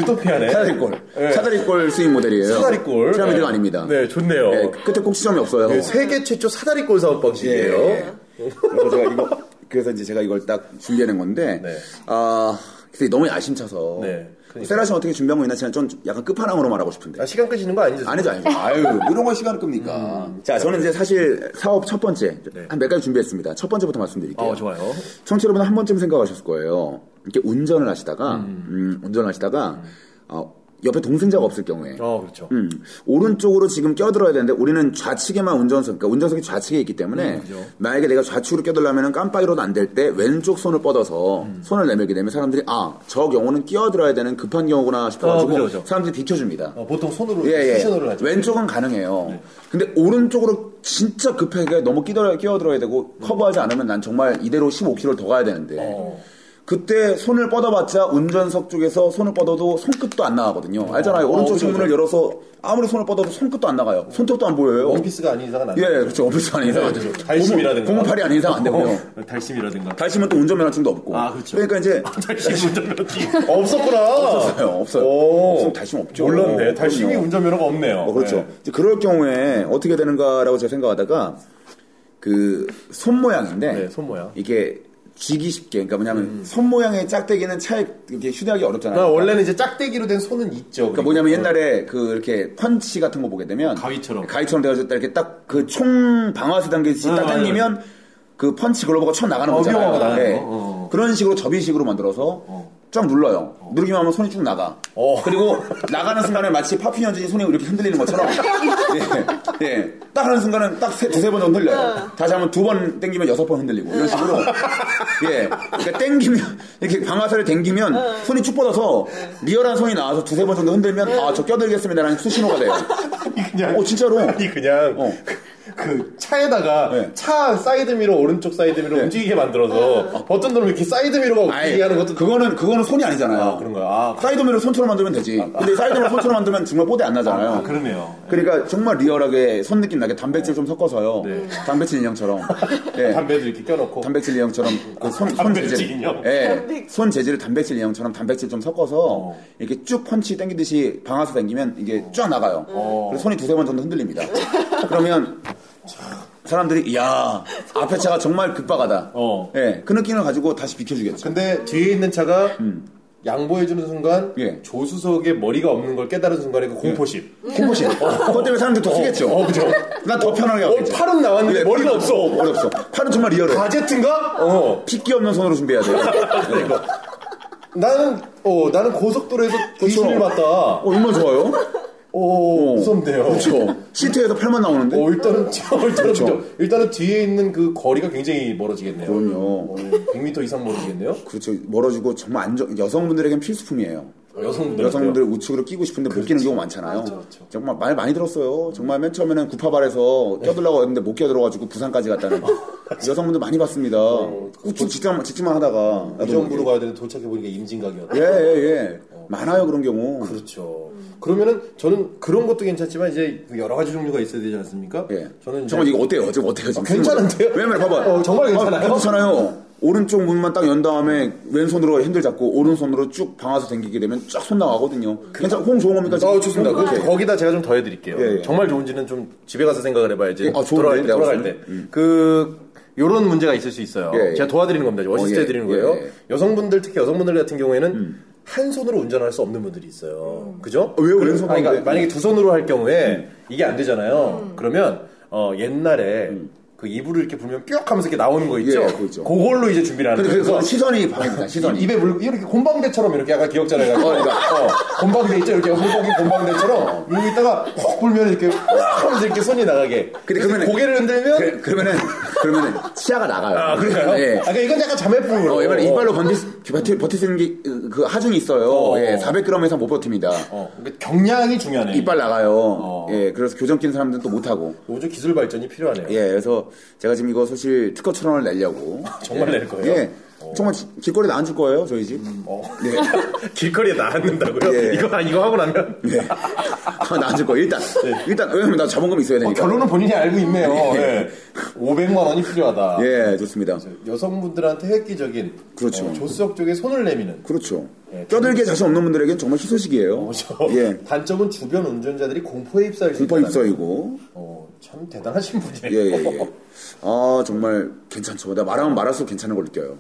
B: 유토피아네.
A: 사다리꼴
B: 예.
A: 사다리꼴 스윙 모델이에요.
B: 사다리꼴.
A: 피라미드가
B: 예.
A: 아닙니다.
B: 네, 좋네요.
A: 예, 끝에 꼭 시점이 없어요.
B: 예, 세계 최초 사다리 꼴 사업 방식이에요.
A: 예. 그래서 제가 이거 그래서 이제 제가 이걸 딱 준비해낸 건데
B: 네.
A: 아 근데 너무 야심차서 뭐
B: 네, 그러니까.
A: 세라 씨는 어떻게 준비한 거 있나 제가 좀 약간 끝판왕으로 말하고 싶은데
B: 아, 시간 끄시는 거 아니죠?
A: 아니죠 아니죠 아유 이런 건 시간 끕니까 음. 자 저는 이제 사실 사업 첫 번째 한 몇 가지 준비했습니다 첫 번째부터 말씀드릴게요
B: 어, 네. 좋아요.
A: 청취자 여러분 한 번쯤 생각하셨을 거예요 이렇게 운전을 하시다가 음, 운전을 하시다가 어, 옆에 동승자가 없을 경우에
B: 어, 그렇죠.
A: 음, 오른쪽으로 지금 껴들어야 되는데 우리는 좌측에만 운전석, 그러니까 운전석이 좌측에 있기
B: 음,
A: 때문에 만약에 내가 좌측으로 껴들려면 깜빡이로도 안 될 때 왼쪽 손을 뻗어서
B: 음.
A: 손을 내밀게 되면 사람들이 아, 저 경우는 끼어들어야 되는 급한 경우구나 싶어가지고
B: 어, 그죠, 그죠.
A: 사람들이 비켜줍니다.
B: 어, 보통 손으로
A: 예, 예.
B: 수신호를 하죠. 네.
A: 왼쪽은 가능해요. 근데 오른쪽으로 진짜 급하게 너무 끼어들어야, 끼어들어야 되고 커버하지 않으면 난 정말 이대로 15km를 더 가야 되는데
B: 어.
A: 그때 손을 뻗어봤자 운전석 쪽에서 손을 뻗어도 손끝도 안 나가거든요. 알잖아요. 오른쪽
B: 어, 그죠,
A: 창문을
B: 그죠.
A: 열어서 아무리 손을 뻗어도 손끝도 안 나가요. 손톱도 안 보여요.
B: 원피스가 아닌 이상은 안 네,
A: 예,
B: 돼요.
A: 그렇죠. 원피스 아닌 이상 안 되죠.
B: 달심이라든가.
A: 고무- 고무팔이 아닌 이상 안 되고요.
B: 어, 달심이라든가. *laughs*
A: 달심은 또 운전면허증도 없고.
B: 아, 그렇죠.
A: 러니까 이제
B: 달심
A: *laughs*
B: 운전면허 없었구나.
A: 없어요, 없어요.
B: 오.
A: 없으면 달심 없죠.
B: 몰랐네. 달심이
A: 그럼요.
B: 운전면허가 없네요.
A: 어, 그렇죠.
B: 네.
A: 이제 그럴 경우에 어떻게 되는가라고 제가 생각하다가 그 손 모양인데
B: 네, 손 모양. 음.
A: 이게 쥐기 쉽게 그러니까 뭐냐면 손 모양의 짝대기는 차에 이렇게 휴대하기 어렵잖아요.
B: 나 원래는 이제 짝대기로 된 손은 있죠.
A: 그러니까 뭐냐면 옛날에 그 이렇게 펀치 같은 거 보게 되면
B: 가위처럼.
A: 가위처럼 돼가지고 딱 이렇게 딱 그 총 방아쇠 당기듯이 딱
B: 맞아요.
A: 당기면 그 펀치 글로버가 쳐 나가는
B: 네, 어,
A: 거잖아요.
B: 위험하고 나가는
A: 예.
B: 거. 어.
A: 그런 식으로 접이식으로 만들어서 쫙 눌러요. 누르기만 하면 손이 쭉 나가.
B: 어.
A: 그리고 나가는 순간에 마치 파핀 연준이 손이 이렇게 흔들리는 것처럼 예, 예. 딱 하는 순간은 딱 세, 두세 번 정도 흔들려요. 다시 하면 두 번 당기면 여섯 번 흔들리고 이런 식으로 예. 그러니까 당기면 이렇게 방아쇠를 당기면 손이 쭉 뻗어서 리얼한 손이 나와서 두세 번
B: *laughs*
A: 정도 흔들면 아 저 껴들겠습니다라는 수신호가 돼요.
B: 그냥
A: 어 진짜로
B: 아니 그냥
A: 어.
B: 그 차에다가
A: 네.
B: 차 사이드 미러 오른쪽 사이드 미러 움직이게 만들어서 버튼 누르면 이렇게 사이드 미러가
A: 아니,
B: 움직이게 하는 것도
A: 그거는 그거는 손이 아니잖아요.
B: 아, 그런 거야. 아,
A: 사이드미러 손처럼 만들면 되지. 근데 사이드미러 손처럼 만들면 정말 뽀대 안 나잖아요.
B: 아, 그러네요.
A: 그러니까 정말 리얼하게 손 느낌 나게 단백질 좀 섞어서요.
B: 네.
A: 단백질 인형처럼. 예.
B: 담배도 이렇게 껴놓고
A: 단백질 인형처럼 그손 손
B: 단백질
A: 재질.
B: 인형?
A: 예.
C: 단백질.
A: 손 재질을 단백질 인형처럼 단백질 좀 섞어서
B: 어.
A: 이렇게 쭉 펀치 당기듯이 방아쇠 당기면 이게 쫙 나가요.
B: 어.
A: 그래서 손이 두세 번 정도 흔들립니다. 그러면 사람들이 이야 앞에 차가 정말 급박하다.
B: 어.
A: 예. 그 느낌을 가지고 다시 비켜주겠죠.
B: 근데 뒤에 있는 차가 양보해주는 순간
A: 예. 조수석에
B: 조수석에 머리가 없는 걸 깨달은 순간에 그 공포심.
C: 음.
A: 공포심. 그것 때문에 사람들이 더 쓰겠죠.
B: 어, 그죠.
A: 난 더 편하게
B: 어,
A: 하겠죠.
B: 팔은 나왔는데 머리가 없어.
A: 머리 없어. 팔은 정말 리얼해.
B: 바제트인가? 어.
A: 핏기 없는 손으로 준비해야 돼요.
B: 나는 어 나는 고속도로에서 귀신을 봤다.
A: 어, 얼마나 좋아요?
B: 오 무섭네요.
A: 그렇죠. 시트에서 팔만 나오는데?
B: 어 일단은 일단은
A: 그렇죠.
B: 일단은 뒤에 있는 그 거리가 굉장히 멀어지겠네요.
A: 그럼요.
B: 어, 100m 이상 멀어지겠네요.
A: 그렇죠. 멀어지고 정말 안정, 여성분들에겐 필수품이에요.
B: 어, 여성분들
A: 여성분들 우측으로 끼고 싶은데 못 끼는 경우 많잖아요.
B: 그렇죠.
A: 정말 말 많이 들었어요. 정말 맨 처음에는 구파발에서 껴들라고 했는데 못 껴들어가지고 부산까지 갔다는
B: *laughs*
A: 여성분들 많이 봤습니다. 우측 직장만, 직진만 하다가. 나도
B: 어, 그렇죠. 이정부로
A: 모르게.
B: 가야 되는데 도착해 보니까 임진각이었다.
A: 예, 예, 예. 많아요, 그런 경우.
B: 그렇죠. 그러면은 저는 그런 것도 괜찮지만 이제 그 여러 가지 종류가 있어야 되지 않습니까?
A: 예.
B: 저는 이제 아,
A: 정말 이거 어때요? 지금 어때요? 지금 쓰는
B: 괜찮은데요?
A: 거? 왜냐면 봐봐.
B: 어, 정말 괜찮아요?
A: 아, 괜찮아요. 오른쪽 문만 딱 연 다음에 왼손으로 핸들 잡고 오른손으로 쭉 방아쇠 당기게 되면 쫙 손 나가거든요. 괜찮, 홍 좋은 겁니까? 지금?
B: 아, 좋습니다.
A: 홍 좋아요.
B: 그 거기다 제가 좀 더해드릴게요.
A: 예, 예.
B: 정말 좋은지는 좀 집에 가서 생각을 해봐야지.
A: 아, 좋은데?
B: 돌아갈 때,
A: 내가
B: 돌아갈
A: 무슨-
B: 때. 그, 요런 문제가 있을 수 있어요.
A: 예, 예.
B: 제가 도와드리는 겁니다.
A: 어,
B: 어시스트
A: 예,
B: 해드리는 거예요.
A: 예, 예.
B: 여성분들, 특히 여성분들 같은 경우에는 한 손으로 운전할 수 없는 분들이 있어요. 그죠?
A: 어, 왜요? 음.
B: 그래-
A: 왼손으로
B: 아니, 그러니까
A: 왜?
B: 만약에 두 손으로 할 경우에 이게 안 되잖아요. 그러면, 어, 옛날에 그 이불을 이렇게 불면 뿅 하면서 이렇게 나오는 거
A: 음.
B: 있죠?
A: 예, 그거 있죠.
B: 그걸로 이제 준비를 하는
A: 근데
B: 거예요.
A: 그래서
B: 그래서
A: 시선이 방입니다. 시선이.
B: 입에 물고 아, 이렇게 곰방대처럼 이렇게 약간 기억자를 해가지고
A: 그러니까.
B: 어, 곰방대 있죠 이렇게 물고기
A: 어.
B: 곰방대처럼 물고 있다가 확 불면 이렇게 으악 하면서 이렇게 손이 나가게
A: 근데
B: 그래서
A: 그러면은-
B: 고개를 흔들면
A: 그, 그러면은 그러면은 치아가 나가요.
B: 아 그래요?
A: 예.
B: 아까 이건 약간 자매품으로
A: 어, 왜냐면 이빨로 번지, 버티, 버티는 게그 하중이 있어요.
B: 어.
A: 예, 400g 이상 못 버팁니다.
B: 어, 그러니까 경량이 중요하네
A: 이빨 나가요.
B: 어.
A: 예, 그래서 교정 낀 사람들은 또 못하고.
B: 오히려 기술 발전이 필요하네요
A: 예, 그래서 제가 지금 이거 사실 특허 출원을 내려고.
B: 아, 정말 낼 거예요?
A: 예. 정말 지- 길거리에 나앉을 거예요, 저희 집.
B: 어.
A: 네.
B: *laughs* 길거리에 나앉는다고요?
A: 예.
B: 이거 이거 하고 나면
A: 네. 아, 나앉을 거예요. 일단, 일단, 왜냐면 나 자본금이 있어야
B: 어,
A: 되니까.
B: 네. 결론은 본인이 알고 있네요 예. 500만 원이 필요하다
A: 예, 좋습니다.
B: 여성분들한테 획기적인
A: 그렇죠.
B: 어, 조수석 쪽에 손을 내미는
A: 그렇죠.
B: 예,
A: 껴들게 자신 없는 분들에겐 정말 희소식이에요.
B: 그렇죠.
A: 예.
B: *laughs* 단점은 주변 운전자들이 공포에 휩싸일 수
A: 공포
B: 있다는 거.
A: 입서이고.
B: 어, 참 대단하신 분이에요.
A: 예, 예, 예. 아, 정말 괜찮죠. 나 말하면 말할수록 괜찮은 걸 느껴요.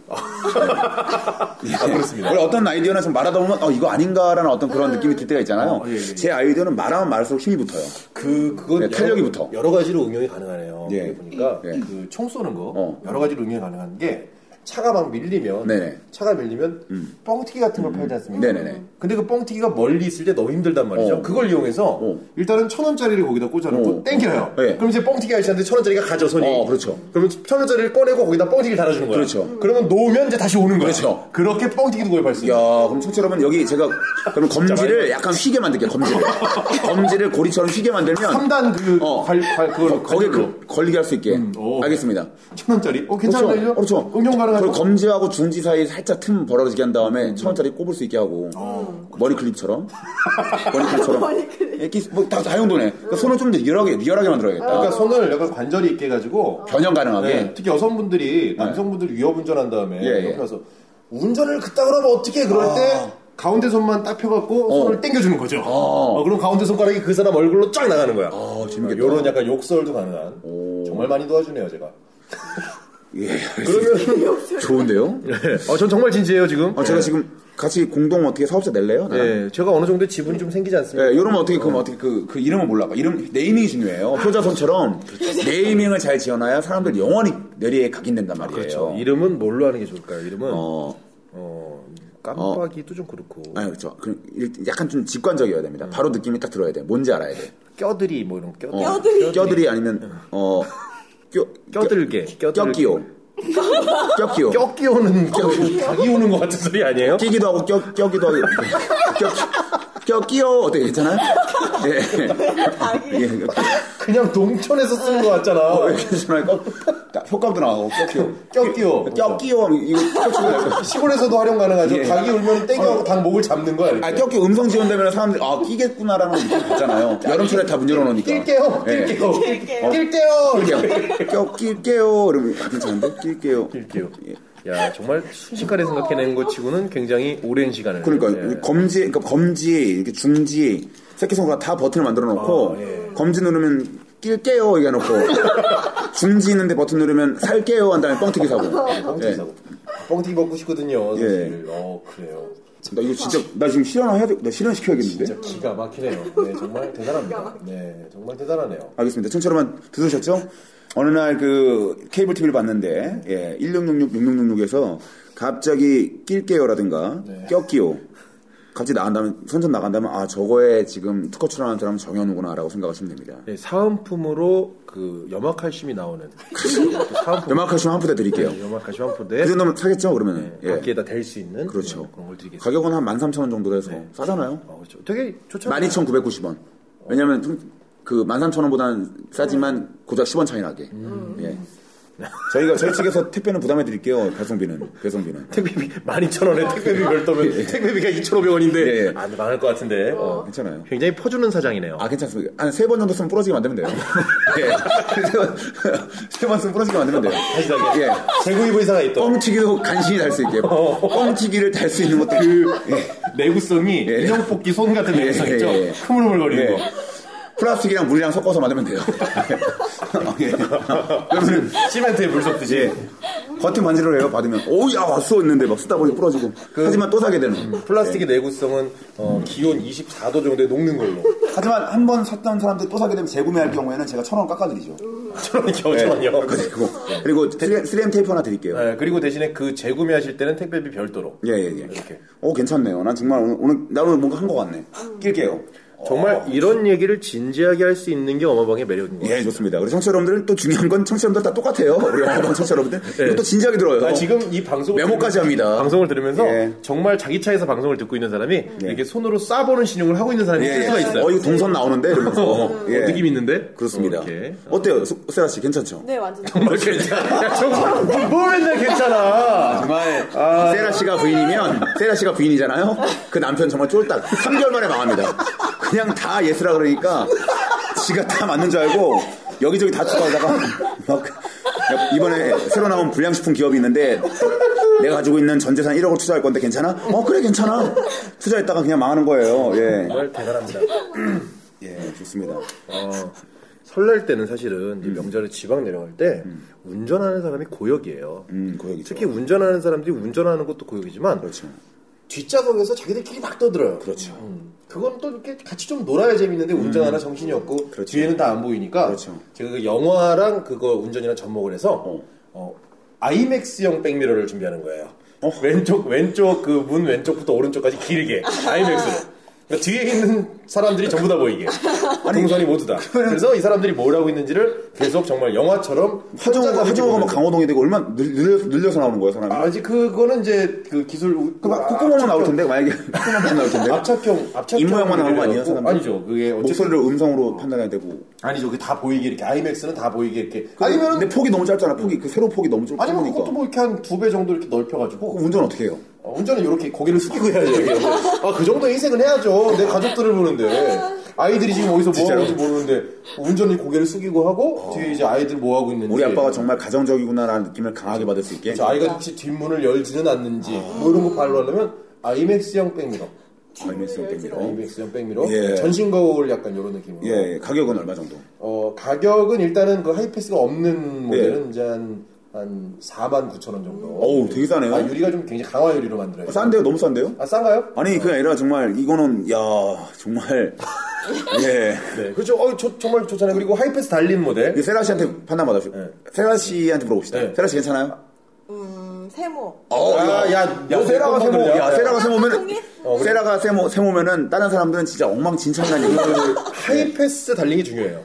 B: 아, 그렇습니다.
A: 원래 어떤 아이디어나 좀 말하다 보면, 어, 이거 아닌가라는 어떤 그런 느낌이 들 때가 있잖아요.
B: 예, 예, 예.
A: 제 아이디어는 말하면 말할수록 힘이 붙어요.
B: 그 그건
A: 네,
B: 여러-
A: 탄력이부터.
B: 여러 가지로 응용이 가능하네요.
A: 예.
B: 여기 보니까
A: 예.
B: 그 총 쏘는 거
A: 어.
B: 여러 가지로 응용이 가능한 게 차가 막 밀리면
A: 네네. 음.
B: 차가 밀리면 뻥튀기 같은 걸 팔지 않습니까?
A: 네네네.
B: 근데 그 뻥튀기가 멀리 있을 때 너무 힘들단 말이죠.
A: 어.
B: 그걸 이용해서
A: 어.
B: 일단은 천 원짜리를 거기다 꽂아놓고
A: 어.
B: 땡겨요.
A: 예.
B: 그럼 이제 뻥튀기 아저씨한테 천 원짜리가 가져 손이.
A: 어, 그렇죠.
B: 그러면 천 원짜리를 꺼내고 거기다 뻥튀기를 달아주는 거예요.
A: 그렇죠.
B: 그러면 놓으면 이제 다시 오는 거예요.
A: 그렇죠.
B: 그렇게 뻥튀기 도구를 발수.
A: 야, 그럼 청취자 여러분 여기 제가 그럼 검지를 약간 휘게 만들게요.
B: *laughs*
A: 검지를 검지를 고리처럼 휘게 만들면
B: 3단 그
A: 어.
B: 발, 발 그걸
A: 거기에
B: 로 음.
A: 그, 걸리게 할 수 있게.
B: 오.
A: 알겠습니다.
B: 천 원짜리? 어 괜찮은데 이거?
A: 그렇죠.
B: 응용 가능하죠?
A: 그리고 검지하고 중지 사이 살짝 틈 벌어지게 한 다음에 천 원짜리 꼽을 수 있게 하고
B: 어, 그렇죠.
A: 머리
B: *laughs*
A: 클립처럼 머리 클립처럼 이렇게 뭐다 자용도네. 그러니까 손을 좀 더 리얼하게 리얼하게 만들어야겠다.
B: 그러니까 손을 약간 관절이 있게 해가지고
A: 변형 가능하게.
B: 네, 특히 여성분들이 남성분들 위협 운전한 다음에
A: 네. 예, 아. 예.
B: 옆에 와서 운전을 그따구로 하면 어떻게 해? 그럴 때 가운데 손만 딱 펴갖고 손을 땡겨주는 거죠.
A: 아.
B: 어, 그럼 가운데 손가락이 그 사람 얼굴로 쫙 나가는 거야.
A: 어,
B: 그러니까
A: 재밌겠다.
B: 어, 요런 약간 욕설도 가능한. 정말 많이 도와주네요 제가.
A: 예. *laughs*
B: 그러면
A: 좋은데요?
B: 어, 전 정말 진지해요 지금.
A: 어, 제가 지금 같이 공동 어떻게 사업자 낼래요? 나랑?
B: 예, 제가 어느 정도 지분이 좀 생기지 않습니까?
A: 예, 이러면 어떻게 그럼 어떻게 그, 그 이름을 몰라봐. 이름 네이밍이 중요해요. 효자손처럼
B: 그렇죠.
A: 네이밍을 잘 지어놔야 사람들 영원히 뇌리에 각인된단 말이에요.
B: 그렇죠. 이름은 뭘로 하는 게 좋을까요? 이름은
A: 어,
B: 어, 깜빡이도 좀 그렇고
A: 아니 그렇죠. 그 일- 약간 좀 직관적이어야 됩니다. 바로 느낌이 딱 들어야 돼. 뭔지 알아야 돼.
B: 껴들이 뭐 이런 껴들
A: 어,
C: 껴들이.
A: 껴들이 아니면 어, 껴
B: 껴들게 껴들-
A: 껴끼오. 껴끼오.
B: 껴끼오는 껴 어, 자기 우는 것 같은 소리 아니에요?
A: 끼기도 하고 네. 껴 껴기도 하고 껴 껴, 끼요! 어떻게 했잖아요? 예.
C: 닭이.
A: 예. 이렇게
B: 그냥 농촌에서 쓰는 거
A: 어,
B: 같잖아.
A: 이렇게 해서 딱 효과도 나가고, 껴, 끼요.
B: 껴 끼워.
A: 껴, 끼요! 하면 이거 껴주고
B: 시골에서도 활용 가능하죠.
A: 예.
B: 닭이 울면 땡겨하고 닭 목을 잡는 거야. 이렇게.
A: 아, 껴끼 음성 지원되면 사람들이, 아, 끼겠구나라는 느낌이 있잖아요. 여름철에 다 문 열어놓으니까. 예.
B: 낄게요. 낄게요.
C: 낄게요.
B: 낄게요.
A: 껴, 낄게요. 이러면 아, 괜찮은데? 낄게요.
B: 낄게요.
A: 예.
B: 야 정말 순식간에 생각해낸 것 치고는 굉장히 오랜 시간을.
A: 그러니까
B: 예.
A: 검지, 그러니까 검지, 이렇게 중지, 새끼손가락 다 버튼을 만들어 놓고
B: 아,
A: 검지 누르면 낄게요 얘기해 놓고 *laughs* 중지 있는데 버튼 누르면 살게요 한 다음에 뻥튀기 사고.
B: 아, 뻥튀기
A: 예.
B: 사고. 뻥튀기 먹고 싶거든요. 사실. 어 그래요.
A: 나 이거 진짜 나 지금 실현을 해야 돼. 나 실현 시켜야겠는데.
B: 진짜 기가 막히네요. 네 정말 대단합니다. 네 정말 대단하네요.
A: 알겠습니다. 청취자만 들으셨죠? 어느 날 그 케이블 TV를 봤는데 예, 1666 6666에서 갑자기 낄게요라든가
B: 네.
A: 껴끼요 갑자기 나간다면 선전 나간다면 아 저거에 지금 특허 출연하는 사람은 정현우구나라고 생각하시면 됩니다.
B: 네, 사은품으로 그 염화칼슘이 나오는 또 사은품.
A: 염화칼슘 한 푸대 드릴게요.
B: 네, 염화칼슘 한 포대
A: 그 정도면 사겠죠 그러면
B: 네, 바퀴에다 댈 수 있는
A: 그렇죠.
B: 네, 그런 걸 드리겠습니다.
A: 가격은 한 13,000원 정도 돼서 싸잖아요.
B: 어, 그렇죠. 되게 좋잖아요.
A: 12,990원. 왜냐면 좀 그 13,000원보다는 싸지만 고작 10원 차이 나게.
B: 음.
A: 예. *laughs* 저희가 저희 측에서 택배는 부담해 드릴게요. 배송비는. 배송비는.
B: 택배비 12,000원에 택배비 별도면 택배비가 2,500원인데
A: 어. 예, 예.
B: 안 많을 것 같은데. 어.
A: 괜찮아요.
B: 굉장히 퍼주는 사장이네요.
A: 아 괜찮습니다. 한 세 번 정도 쓰면 부러지게 만들면 돼요. *laughs* 예. 세번 쓰면 부러지게 만들면 돼요.
B: 다시 다시.
A: 예.
B: 재구입 의사가 있다.
A: 뻥튀기도 간신히 달 수 *laughs* 있게. 뻥튀기를 달 수 있는 것도 예.
B: 내구성이
A: 예.
B: 인형 뽑기 손 같은 내구성
A: 예,
B: 있죠.
A: 예, 예.
B: 흐물흐물거리는
A: 예.
B: 거.
A: 플라스틱이랑 물이랑 섞어서 만들면 *laughs* 돼요. 예. 그러면
B: 시멘트에 물 섞듯이.
A: 예. 겉에 만지를 해요. 받으면 오야 왔어 있는데 막 쓰다 보니 부러지고. 하지만 또 사게 되는.
B: 음, 플라스틱의 내구성은 어, 기온 24도 정도에 녹는 걸로. *laughs*
A: 하지만 한 번 샀던 사람들 또 사게 되면 재구매할 경우에는 제가 천 원 깎아드리죠.
B: 저런 겨우천원이요.
A: 그리고 그리고 3M 테이프 하나 드릴게요.
B: 네, 그리고 대신에 그 재구매하실 때는 택배비 별도로.
A: 예예예.
B: 이렇게.
A: 오 괜찮네요. 난 정말 오늘 오늘 나 오늘 뭔가 한 것 같네. 낄게요. 어,
B: 정말 이런 얘기를 진지하게 할 수 있는 게 어마방의 매력인 거예요.
A: 예, 좋습니다. 우리 청취자 여러분들은 또 중요한 건 청취자 여러분들 다 똑같아요. 우리 어마어마한 청취자 여러분들. 이거 또 네. 진지하게 들어요.
B: 아, 지금 이 방송을
A: 메모까지 합니다.
B: 방송을 들으면서
A: 예.
B: 정말 자기 차에서 방송을 듣고 있는 사람이 이렇게 손으로 쏴보는 신용을 하고 있는 사람이 있을 수가 있어요.
A: 어, 이거 동선 나오는데? *laughs* 이러면서. 예.
B: 어, 느낌 있는데?
A: 그렇습니다.
B: 어, 이렇게.
A: 어때요, 수- 세라 씨? 괜찮죠?
C: 네, 완전.
B: 정말 괜찮아. 야, 정말 뭐 맨날 괜찮아.
A: 정말 세라 씨가 부인이면 세라 씨가 부인이잖아요. 그 남편 정말 쫄딱 3개월 만에 망합니다. 그냥 다 예스라 그러니까 지가 다 맞는 줄 알고 여기저기 다 추가하다가 막 야, 이번에 새로 나온 불량식품 기업이 있는데 내가 가지고 있는 전 재산 1억을 투자할 건데 괜찮아? 어 그래 괜찮아. 투자했다가 그냥 망하는 거예요. 예,
B: 정말 대단합니다.
A: 예 좋습니다.
B: 어, 설날 때는 사실은 이제 명절에 지방 내려갈 때 운전하는 사람이 고역이에요.
A: 음 고역이죠.
B: 특히 운전하는 사람들이 운전하는 것도 고역이지만
A: 그렇죠.
B: 뒷좌석에서 자기들끼리 막 떠들어요. 그렇죠. 그건 또 이렇게 같이 좀 놀아야 재밌는데 운전하라 정신이 없고
A: 그렇죠.
B: 뒤에는 다 안 보이니까
A: 그렇죠.
B: 제가 그 영화랑 그거 운전이랑 접목을 해서 어. 아이맥스형 백미러를 준비하는 거예요.
A: 어.
B: 왼쪽 왼쪽 그 문 왼쪽부터 오른쪽까지 길게
A: *laughs*
B: 아이맥스로. 그러니까 뒤에 있는 사람들이 전부 다 보이게 동선이 모두 다. 그래서 이 사람들이 뭘 하고 있는지를 계속 정말 영화처럼
A: 하정우가
B: 혼자
A: 하정우가 막
B: 보면서.
A: 강호동이 되고 얼마 나 늘려, 서 나오는 거예요 사람이.
B: 아, 이제 그거는 이제 그 기술
A: 그막 콧구멍만 나올 텐데 만약에 아, 콧구멍만 나올 텐데.
B: 압착형, 압착형.
A: 입모양만 나온 거 아니에요, 사람들?
B: 아니죠. 그게 뭐, 어쨌든
A: 목소리를 음성으로 판단해야 되고.
B: 아니죠. 그게 다 보이게 이렇게 아이맥스는 다 보이게 이렇게
A: 아니면
B: 그 아니면은 음.
A: 근데 폭이 너무 짧잖아. 폭이 그 세로 폭이 너무 좁.
B: 아니면
A: 좁으니까.
B: 그것도 뭐 이렇게 한 두 배 정도 이렇게 넓혀가지고
A: 그럼 운전 어떻게 해요?
B: 어, 운전은 이렇게 고개를 숙이고 *laughs* 해야죠. 아그 정도 희생은 해야죠. 내 가족들을 보는데 아이들이 지금 어디서 뭐
A: 진짜로?
B: 하는지 모르는데 운전이 고개를 숙이고 하고 뒤에 이제 아이들 뭐 하고 있는지
A: 우리 아빠가 정말 가정적이구나라는 느낌을 강하게 받을 수 있게.
B: 저 아이가 혹시 뒷문을 열지는 않는지 뭐 이런 거 발로하려면 아이맥스형 백미러,
A: 아이맥스형 백미러.
B: 아이맥스형 백미러,
A: 예.
B: 전신 거울 약간 이런 느낌으로.
A: 예, 예. 가격은 얼마 정도?
B: 어, 가격은 일단은 그 하이패스가 없는 모델은 이제 한, 한 4만 9천 원 정도.
A: 어우, 되게 싸네요.
B: 아, 유리가 좀 굉장히 강화 유리로 만들어요.
A: 싼데요? 너무 싼데요?
B: 아, 싼가요?
A: 아니 그게 아니라 정말 이거는 야
B: *laughs*
A: 정말 예.
B: 네. 그렇죠. 어, 저, 정말 좋잖아요. 그리고 하이패스 달린 모델.
A: 이게 그 세라 씨한테 판단 받아요. 세라 씨한테 물어봅시다.
B: 네.
A: 세라 씨 괜찮아요?
C: 음, 세모.
A: 어,
B: 아, 야, 야,
A: 너
B: 야, 뭐
A: 세라가 세모,
B: 세모
A: 야,
B: 들려?
A: 세라가 세모면,
C: 아, 동의?
B: 어,
A: 세라가
B: *laughs*
A: 세모, 세모면은 다른 사람들은 진짜 엉망진창난 얘기.
B: 하이패스 달린 게 중요해요.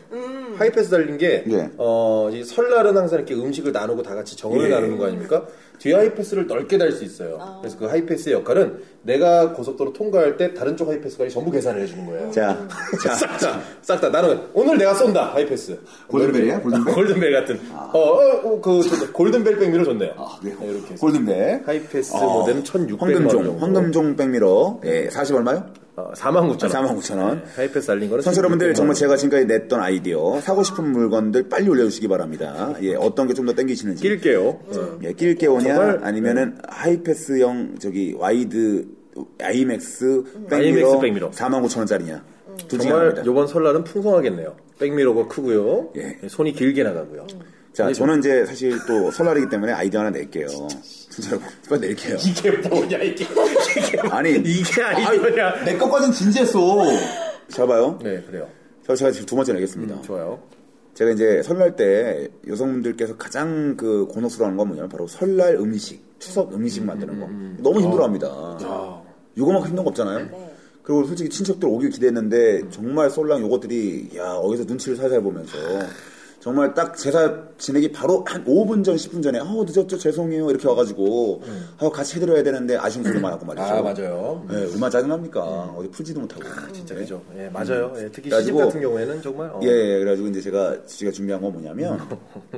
B: 하이패스 달린 게
A: 예.
B: 어, 이 설날은 항상 이렇게 음식을 나누고 다 같이 정을
A: 예.
B: 나누는 거 아닙니까? 뒤에 하이패스를 넓게 달 수 있어요. 그래서 그 하이패스의 역할은 내가 고속도로 통과할 때 다른 쪽 하이패스까지 전부 계산을 해주는 거예요.
A: 자, 자,
B: 싹 다, 싹 다. 나는 오늘 내가 쏜다 하이패스.
A: 골든벨이야? 골든벨?
B: 골든벨 같은. 어, 어, 어, 그 저, 골든벨 백미로 좋네요.
A: 아, 네.
B: 네, 이렇게 해서.
A: 골든벨.
B: 하이패스
A: 어,
B: 모뎀 1,600만 원. 정도.
A: 황금종, 황금종 백미러. 예, 40 얼마요?
B: 어, 4만 9천 원. 네,
A: 49,000원.
B: 하이패스 달린 거는
A: 청취 여러분들
B: 1600만
A: 정말
B: 원.
A: 제가 지금까지 냈던 아이디어 사고 싶은 물건들 빨리 올려주시기 바랍니다. 예, 어떤 게 좀 더 땡기시는지.
B: 낄게요.
A: 예, 낄게 오냐
B: 정말, 네.
A: 아니면은 하이패스형 저기 와이드 아이맥스
B: 아이맥스
A: 백미러
B: 백미러.
A: 49,000원짜리냐. 둘 중에
B: 정말
A: 하나입니다.
B: 요번 설날은 풍성하겠네요. 백미러가 크고요.
A: 예.
B: 손이 길게 나가고요. 네.
A: 자, 저는 이제 사실 또 설날이기 때문에 아이디어 하나 낼게요. 진짜로 빨리 낼게요.
B: *laughs* 이게 뭐냐 이게 이게
A: 아니
B: *laughs* 이게 아니냐.
A: 내 것까지는 진지했어. 잘 봐요.
B: 네 그래요.
A: 저 제가 지금 두 번째 내겠습니다.
B: 좋아요.
A: 제가 이제 설날 때 여성분들께서 가장 그 곤혹스러워하는 건 뭐냐면 바로 설날 음식, 추석 음식 아, 만드는 거. 너무 힘들어합니다. 요거만큼 힘든 거 없잖아요.
C: 네.
A: 그리고 솔직히 친척들 오길 기대했는데 정말 쏠랑 요것들이 야 어디서 눈치를 살살 보면서 정말 딱 제사 지내기 바로 한 5분 전, 10분 전에 어 늦었죠 죄송해요 이렇게 와가지고 아, 같이 해드려야 되는데 아쉬운 소리만 하고 말이죠.
B: 아 맞아요.
A: 예, 얼마나 짜증납니까? 어디 풀지도 못하고. 아, 네, 진짜
B: 그죠. 예 맞아요. 예, 특히 시집
A: 그래가지고-
B: 같은 경우에는 정말 어,
A: 예, 예, 그래가지고 이제 제가 제가 준비한 건 뭐냐면
B: *laughs*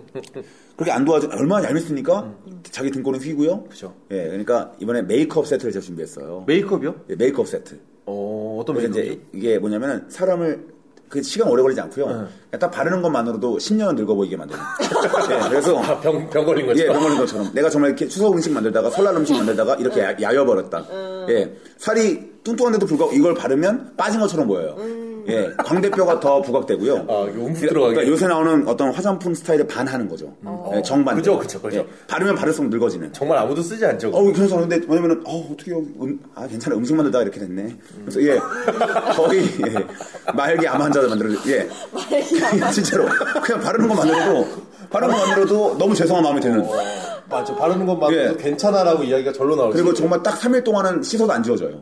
A: 그렇게 안 도와줘 얼마나 얄밉습니까? 자기 등골은 휘고요.
B: 음. 그죠.
A: 예, 그러니까 이번에 메이크업 세트를 제가 준비했어요.
B: 메이크업이요?
A: 예, 메이크업 세트.
B: 어 어떤
A: 그래서
B: 메이크업이요? 네.
A: 이제 이게 뭐냐면 사람을 그 시간 오래 걸리지 않고요. 그냥 딱 바르는 것만으로도 10년은 늙어 보이게
B: *laughs*
A: 만드는. 예, 그래서
B: 아, 병, 병 걸린 거죠.
A: 예, 병 걸린 것처럼. 내가 정말 이렇게 추석 음식 만들다가 설날 음식 만들다가 이렇게 야- 야여버렸다. 예. 살이 뚱뚱한데도 불구하고 이걸 바르면 빠진 것처럼 보여요. 예. 광대뼈가 더 부각되고요.
B: 아, 이게 움푹 들어가게.
A: 그러니까 요새 나오는 어떤 화장품 스타일에 반하는 거죠. 예, 정반.
B: 그죠, 그죠, 그죠.
A: 바르면 바를수록 늙어지는.
B: 정말 아무도 쓰지 않죠.
A: 어우 괜찮은데 왜냐면은 어 어떻게 음, 아 괜찮아 음식 만들다가 이렇게 됐네 그래서 예 거의 예, 말기 암 환자를 만들어 예 *laughs* 진짜로 그냥 바르는 것만으로도 바르는 것만으로도 너무 죄송한 마음이 드는
B: 맞죠. 바르는 것만으로도
A: 예.
B: 괜찮아라고 이야기가 절로 나오죠.
A: 그리고 정말 딱 3일 동안은 씻어도 안 지워져요.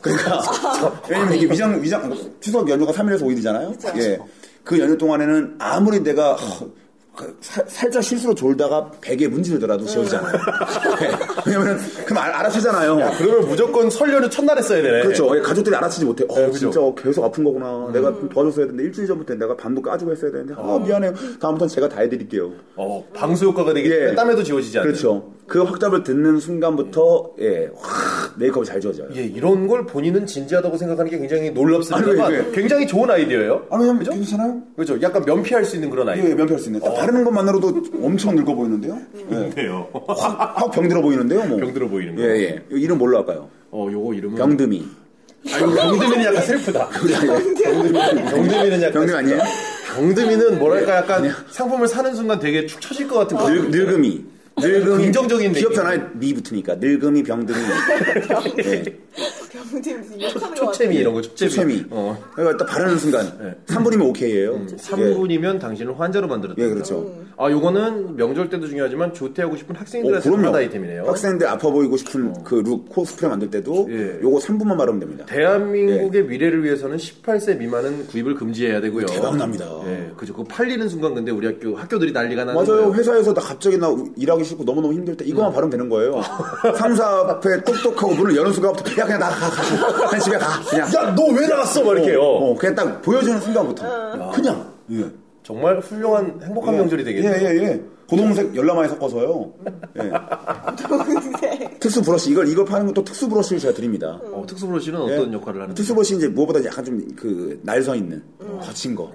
A: 그러니까 *laughs* 왜냐면 이게 위장 위장 추석 연휴가 3일에서 5일이잖아요. 예. 그 연휴 동안에는 아무리 내가 허, 그 사- 살짝 실수로 졸다가 베개 문지르더라도 지워지지 않아요. 예. 왜냐면 그럼 알, 아채잖아요
B: 그러면 무조건 설 연휴 첫날에 써야 되네.
A: 그렇죠. 예, 가족들이 알아채지 못해. 어,
B: 네, 그죠.
A: 진짜 계속 아픈 거구나. 내가 좀 도와줬어야 되는데 일주일 전부터 내가 밤도 까주고 했어야 되는데 음. 아 미안해요. 다음부터는 제가 다 해드릴게요.
B: 어, 방수 효과가 되기 때문에
A: 예.
B: 땀에도 지워지지 않는.
A: 그렇죠. 그 확답을 듣는 순간부터 예, 확 메이크업이 잘 지워져요.
B: 예, 이런 걸 본인은 진지하다고 생각하는 게 굉장히 놀랍습니다만
A: 아니, 네, 왜, 왜?
B: 굉장히 좋은 아이디어예요.
A: 아, 왜냐면 괜찮아요?
B: 그렇죠. 약간 면피할 수 있는 그런
A: 예,
B: 아이디어.
A: 예, 면피할 수 있네. 딱 바르는 것만으로도 엄청 늙어 보이는데요? 예.
B: 네요.
A: 확, 확 병들어 보이는데요? 뭐.
B: *laughs* 병들어 보이는 거.
A: 예, 예. 이거 이름 뭘로 할까요?
B: 어, 요거 이름은
A: 병듬이.
B: 아니, 병드미는
A: *laughs*
B: 약간 슬프다. 병드미는 약간
A: 병듬이 아니에요?
B: 병드미는 뭐랄까 약간 상품을 사는 순간 되게 축 처질 것 같은 거.
A: 늙, 늙음이. 늙음이.
B: 긍정적인
A: 귀엽잖아요. 미 붙으니까. 늙음이, 병듬이. 예.
C: 병진 무슨 욕하는 것 같아.
B: 초채미 이런 거 초채미.
A: 초채미.
B: *laughs* 어. 네. 음.
A: 그러니까 딱 바르는 순간. 3분이면 오케이예요
B: 3분이면 당신을 환자로 만들었다.
A: 예, 그렇죠.
B: 아, 요거는 명절 때도 중요하지만 조퇴하고 싶은
A: 어,
B: 학생들한테
A: 그럼요.
B: 다 아이템이네요. 어.
A: 학생들 아파 보이고 싶은 그 룩 코스프레 만들 때도
B: 예.
A: 요거 3분만 바르면 됩니다.
B: 대한민국의 미래를 위해서는 18세 미만은 구입을 금지해야 되고요.
A: 대박납니다.
B: 예, 그죠. 그 팔리는 순간 근데 우리 학교 학교들이 난리가 나는
A: 맞아요.
B: 거예요.
A: 회사에서 나 갑자기 나 일하기 싫고 너무너무 힘들 때
B: 네.
A: 이거만 바르면 되는 거예요. 상사 앞에 똑똑하고 문을 여는 순간부터 야 그냥 나가 가. 가. 그냥 집에 가. 그냥
B: 야, 너 왜 나갔어? 막 이렇게요.
A: 어, 어, 그냥 딱 보여주는 순간부터 그냥 예.
B: 정말 훌륭한 행복한 명절이 되겠네요.
A: 예예예. 고동색 열라마에 섞어서요. 예. 특수 브러쉬 이걸 이걸 파는 것도 특수 브러쉬를 제가 드립니다.
B: 어, 특수 브러쉬는 어떤 역할을 하는
A: 특수 브러쉬 이제 무엇보다 약간 좀 그 날 서 있는 거친 거.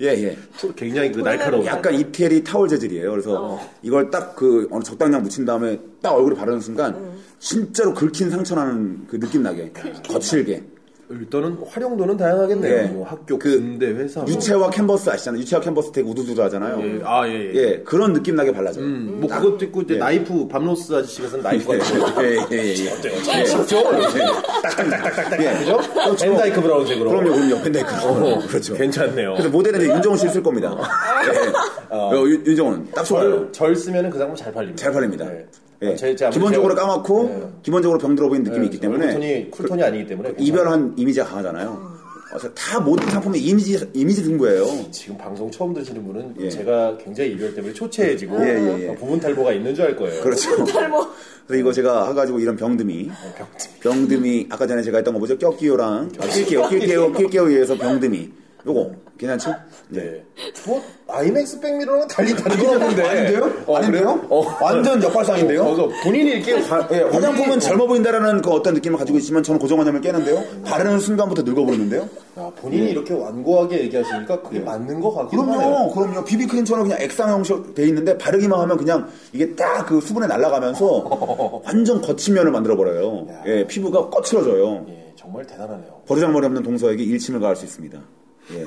A: 예 예.
B: 거예요? 굉장히 그 날카로운.
A: 약간 이태리 타월 재질이에요. 그래서 이걸 딱 그 어느 적당량 묻힌 다음에 딱 얼굴에 바르는 순간 진짜로 긁힌 상처나는 그 느낌 나게 거칠게
B: 일단은 활용도는 다양하겠네요.
A: 예.
B: 뭐 학교,
A: 그
B: 군대, 회사. 뭐.
A: 유채화 캔버스 아시잖아요. 유채화 캔버스 되게 우두두두 하잖아요.
B: 예.
A: 예.
B: 아, 예. 예.
A: 그런 느낌 나게 발라줘요. 예,
B: 뭐 그것도 있고 이제 나이프 밤로스 아저씨가 쓴 나이프가 있고.
A: 예예예. 예.
B: 그렇죠. 그죠? 엔다이크 어. 브라운색으로.
A: 그렇죠. 그럼요, 그럼요. 팬데크로 그렇죠.
B: 괜찮네요.
A: 그래서 모델은 이제 윤정훈 씨를 쓸 겁니다. 예. 어, 윤- 윤정훈 딱 좋아요.
B: 절, 절 쓰면은 그 상품 잘 팔립니다.
A: 네. 잘 팔립니다.
B: 네.
A: 예.
B: 아, 제- 제 아무리
A: 기본적으로
B: 제가-
A: 까맣고 기본적으로 병들어 보이는 느낌이
B: 네,
A: 있기 때문에 그
B: 얼굴 톤이 쿨톤이 아니기 때문에 괜찮아요.
A: 이별한 이미지가 강하잖아요. 어, 다 모든 상품의 이미지 이미지 등부예요.
B: 지금 방송 처음 드시는 분은
A: 예.
B: 제가 굉장히 이별 때문에 초췌해지고
A: 예, 예, 예.
B: 부분 탈모가 있는 줄 알 거예요.
A: 그렇죠.
C: 탈모.
A: 그래서 이거 제가 해가지고 이런 병듬이 병듬이 아까 전에 제가 했던 거 뭐죠? 껴끼요랑 아, 낄게요 낄게요 낄게요 위해서 병듬이 요거 괜찮죠?
B: 네. 뭐 아이맥스 백미러랑 달리 다르긴 하는데.
A: 아닌데요?
B: 어,
A: 아닌데요?
B: 그래요? 어.
A: 완전 역발상인데요?
B: 어, 그래서 본인이 이렇게 다- 예,
A: 화장품은
B: 본인이-
A: 젊어 보인다라는 그 어떤 느낌을 가지고 있지만 저는 고정관념을 깨는데요. 바르는 순간부터 늙어 보이는데요.
B: 아, 본인이 이렇게 완고하게 얘기하시니까 그게 맞는 것 같긴 하네요.
A: 예. 그럼요, 그럼요. 비비크림처럼 그냥 액상 형식 돼 있는데 바르기만 하면 그냥 이게 딱 그 수분에 *laughs* 날아가면서 완전 거친 면을 만들어 버려요.
B: 야.
A: 예, 피부가 거칠어져요.
B: 예, 정말 대단하네요.
A: 버르장머리 없는 동서에게 일침을 가할 수 있습니다. 예.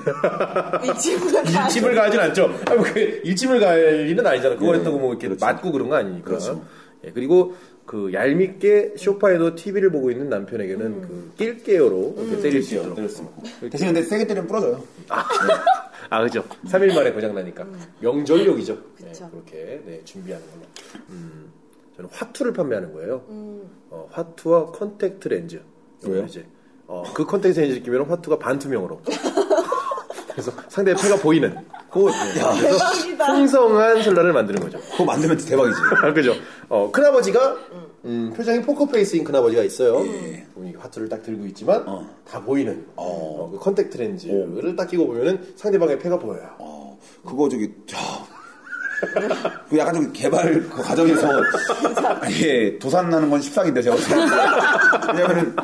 C: 이 친구가 다
B: 일침을 가하진 않죠. 아, 뭐 그, 일침을 가할 일은 아니잖아. 그거
A: 예,
B: 했다고 뭐 이렇게
A: 그렇죠.
B: 맞고 그런 거 아니니까.
A: 그렇죠.
B: 예, 그리고 그 얄밉게 쇼파에서 TV를 보고 있는 남편에게는
C: 음.
B: 그 낄게요로 이렇게 때릴 수 있도록.
A: 대신 근데 세게 때리면 부러져요.
B: *laughs* 아, 그죠. 3일 만에 고장나니까. 명절력이죠. 네,
C: 음. 그쵸.
B: 그렇게 네, 준비하는 걸로. 음, 저는 화투를 판매하는 거예요.
C: 음,
B: 어, 화투와 컨택트 렌즈. 요걸
A: 왜요?
B: 이제, 어, 그 컨택트 렌즈 끼면 화투가
C: *laughs*
B: 반투명으로. 그래서 상대의 패가 보이는. 그, 그래서
C: 대박이다.
B: 음. 풍성한 설날을 만드는 거죠. *laughs*
A: 그거 만들면 *laughs* 대박이지.
B: 그죠? 어, 큰아버지가, 음, 표정이 포커페이스인 큰아버지가 있어요. 본인이 화투를 딱 들고 있지만, 다 보이는. 어, 그 컨택트 렌즈를 딱 끼고 보면은 상대방의 패가 보여요.
A: 어, 그거 저기 저. 그 약간 좀 개발 그 *laughs* 과정에서 예 도산 나는 건 십상인데 제가 봤을 때. 왜냐면은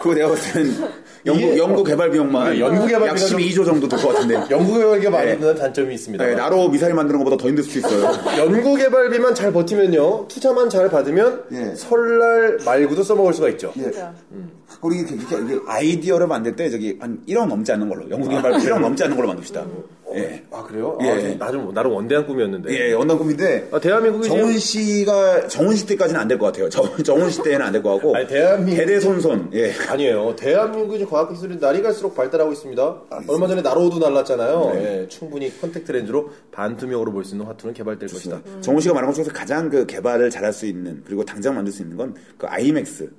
A: 그거 내가 봤을 때는 연구
B: 이게-
A: 연구 개발 비용만
B: 네, 연구 개발
A: 약
B: 비용이
A: 12조
B: 좀-
A: 정도 될 것 같은데
B: 연구개발비가 많이
A: 네.
B: 드는 단점이 있습니다.
A: 네, 나로 미사일 만드는 것보다 더 힘들 수도 *laughs* 있어요.
B: 연구개발비만 잘 버티면요, 투자만 잘 받으면
A: 예.
B: 설날 말고도 써먹을 수가 있죠.
C: 진짜.
A: 우리 예. 음. 이게, 이게, 이게 아이디어를 만들 때 저기 한 1억 넘지 않는 걸로 연구 개발 1억 넘지 않는 걸로 만듭시다. 예.
B: 아 그래요?
A: 예.
B: 아, 좀- 나 좀, 나름 원대한 꿈이었는데.
A: 예, 원단 꿈인데
B: 아, 대한민국이
A: 정훈
B: 지금-
A: 씨가 정훈 씨 때까지는 안 될 것 같아요. 정, 정훈 씨 때는 안 될 것 같고
B: 아니, 대한민국-
A: 대대손손 예.
B: 아니에요. 대한민국이 지금 과학기술이 날이 갈수록 발달하고 있습니다. 얼마 전에 나로우도 날랐잖아요. 예, 충분히 컨택트 렌즈로 반투명으로 볼 수 있는 화투는 개발될 것이다.
A: 정훈 씨가 말한 것 중에서 가장 그 개발을 잘할 수 있는 그리고 당장 만들 수 있는 건 그 아이맥스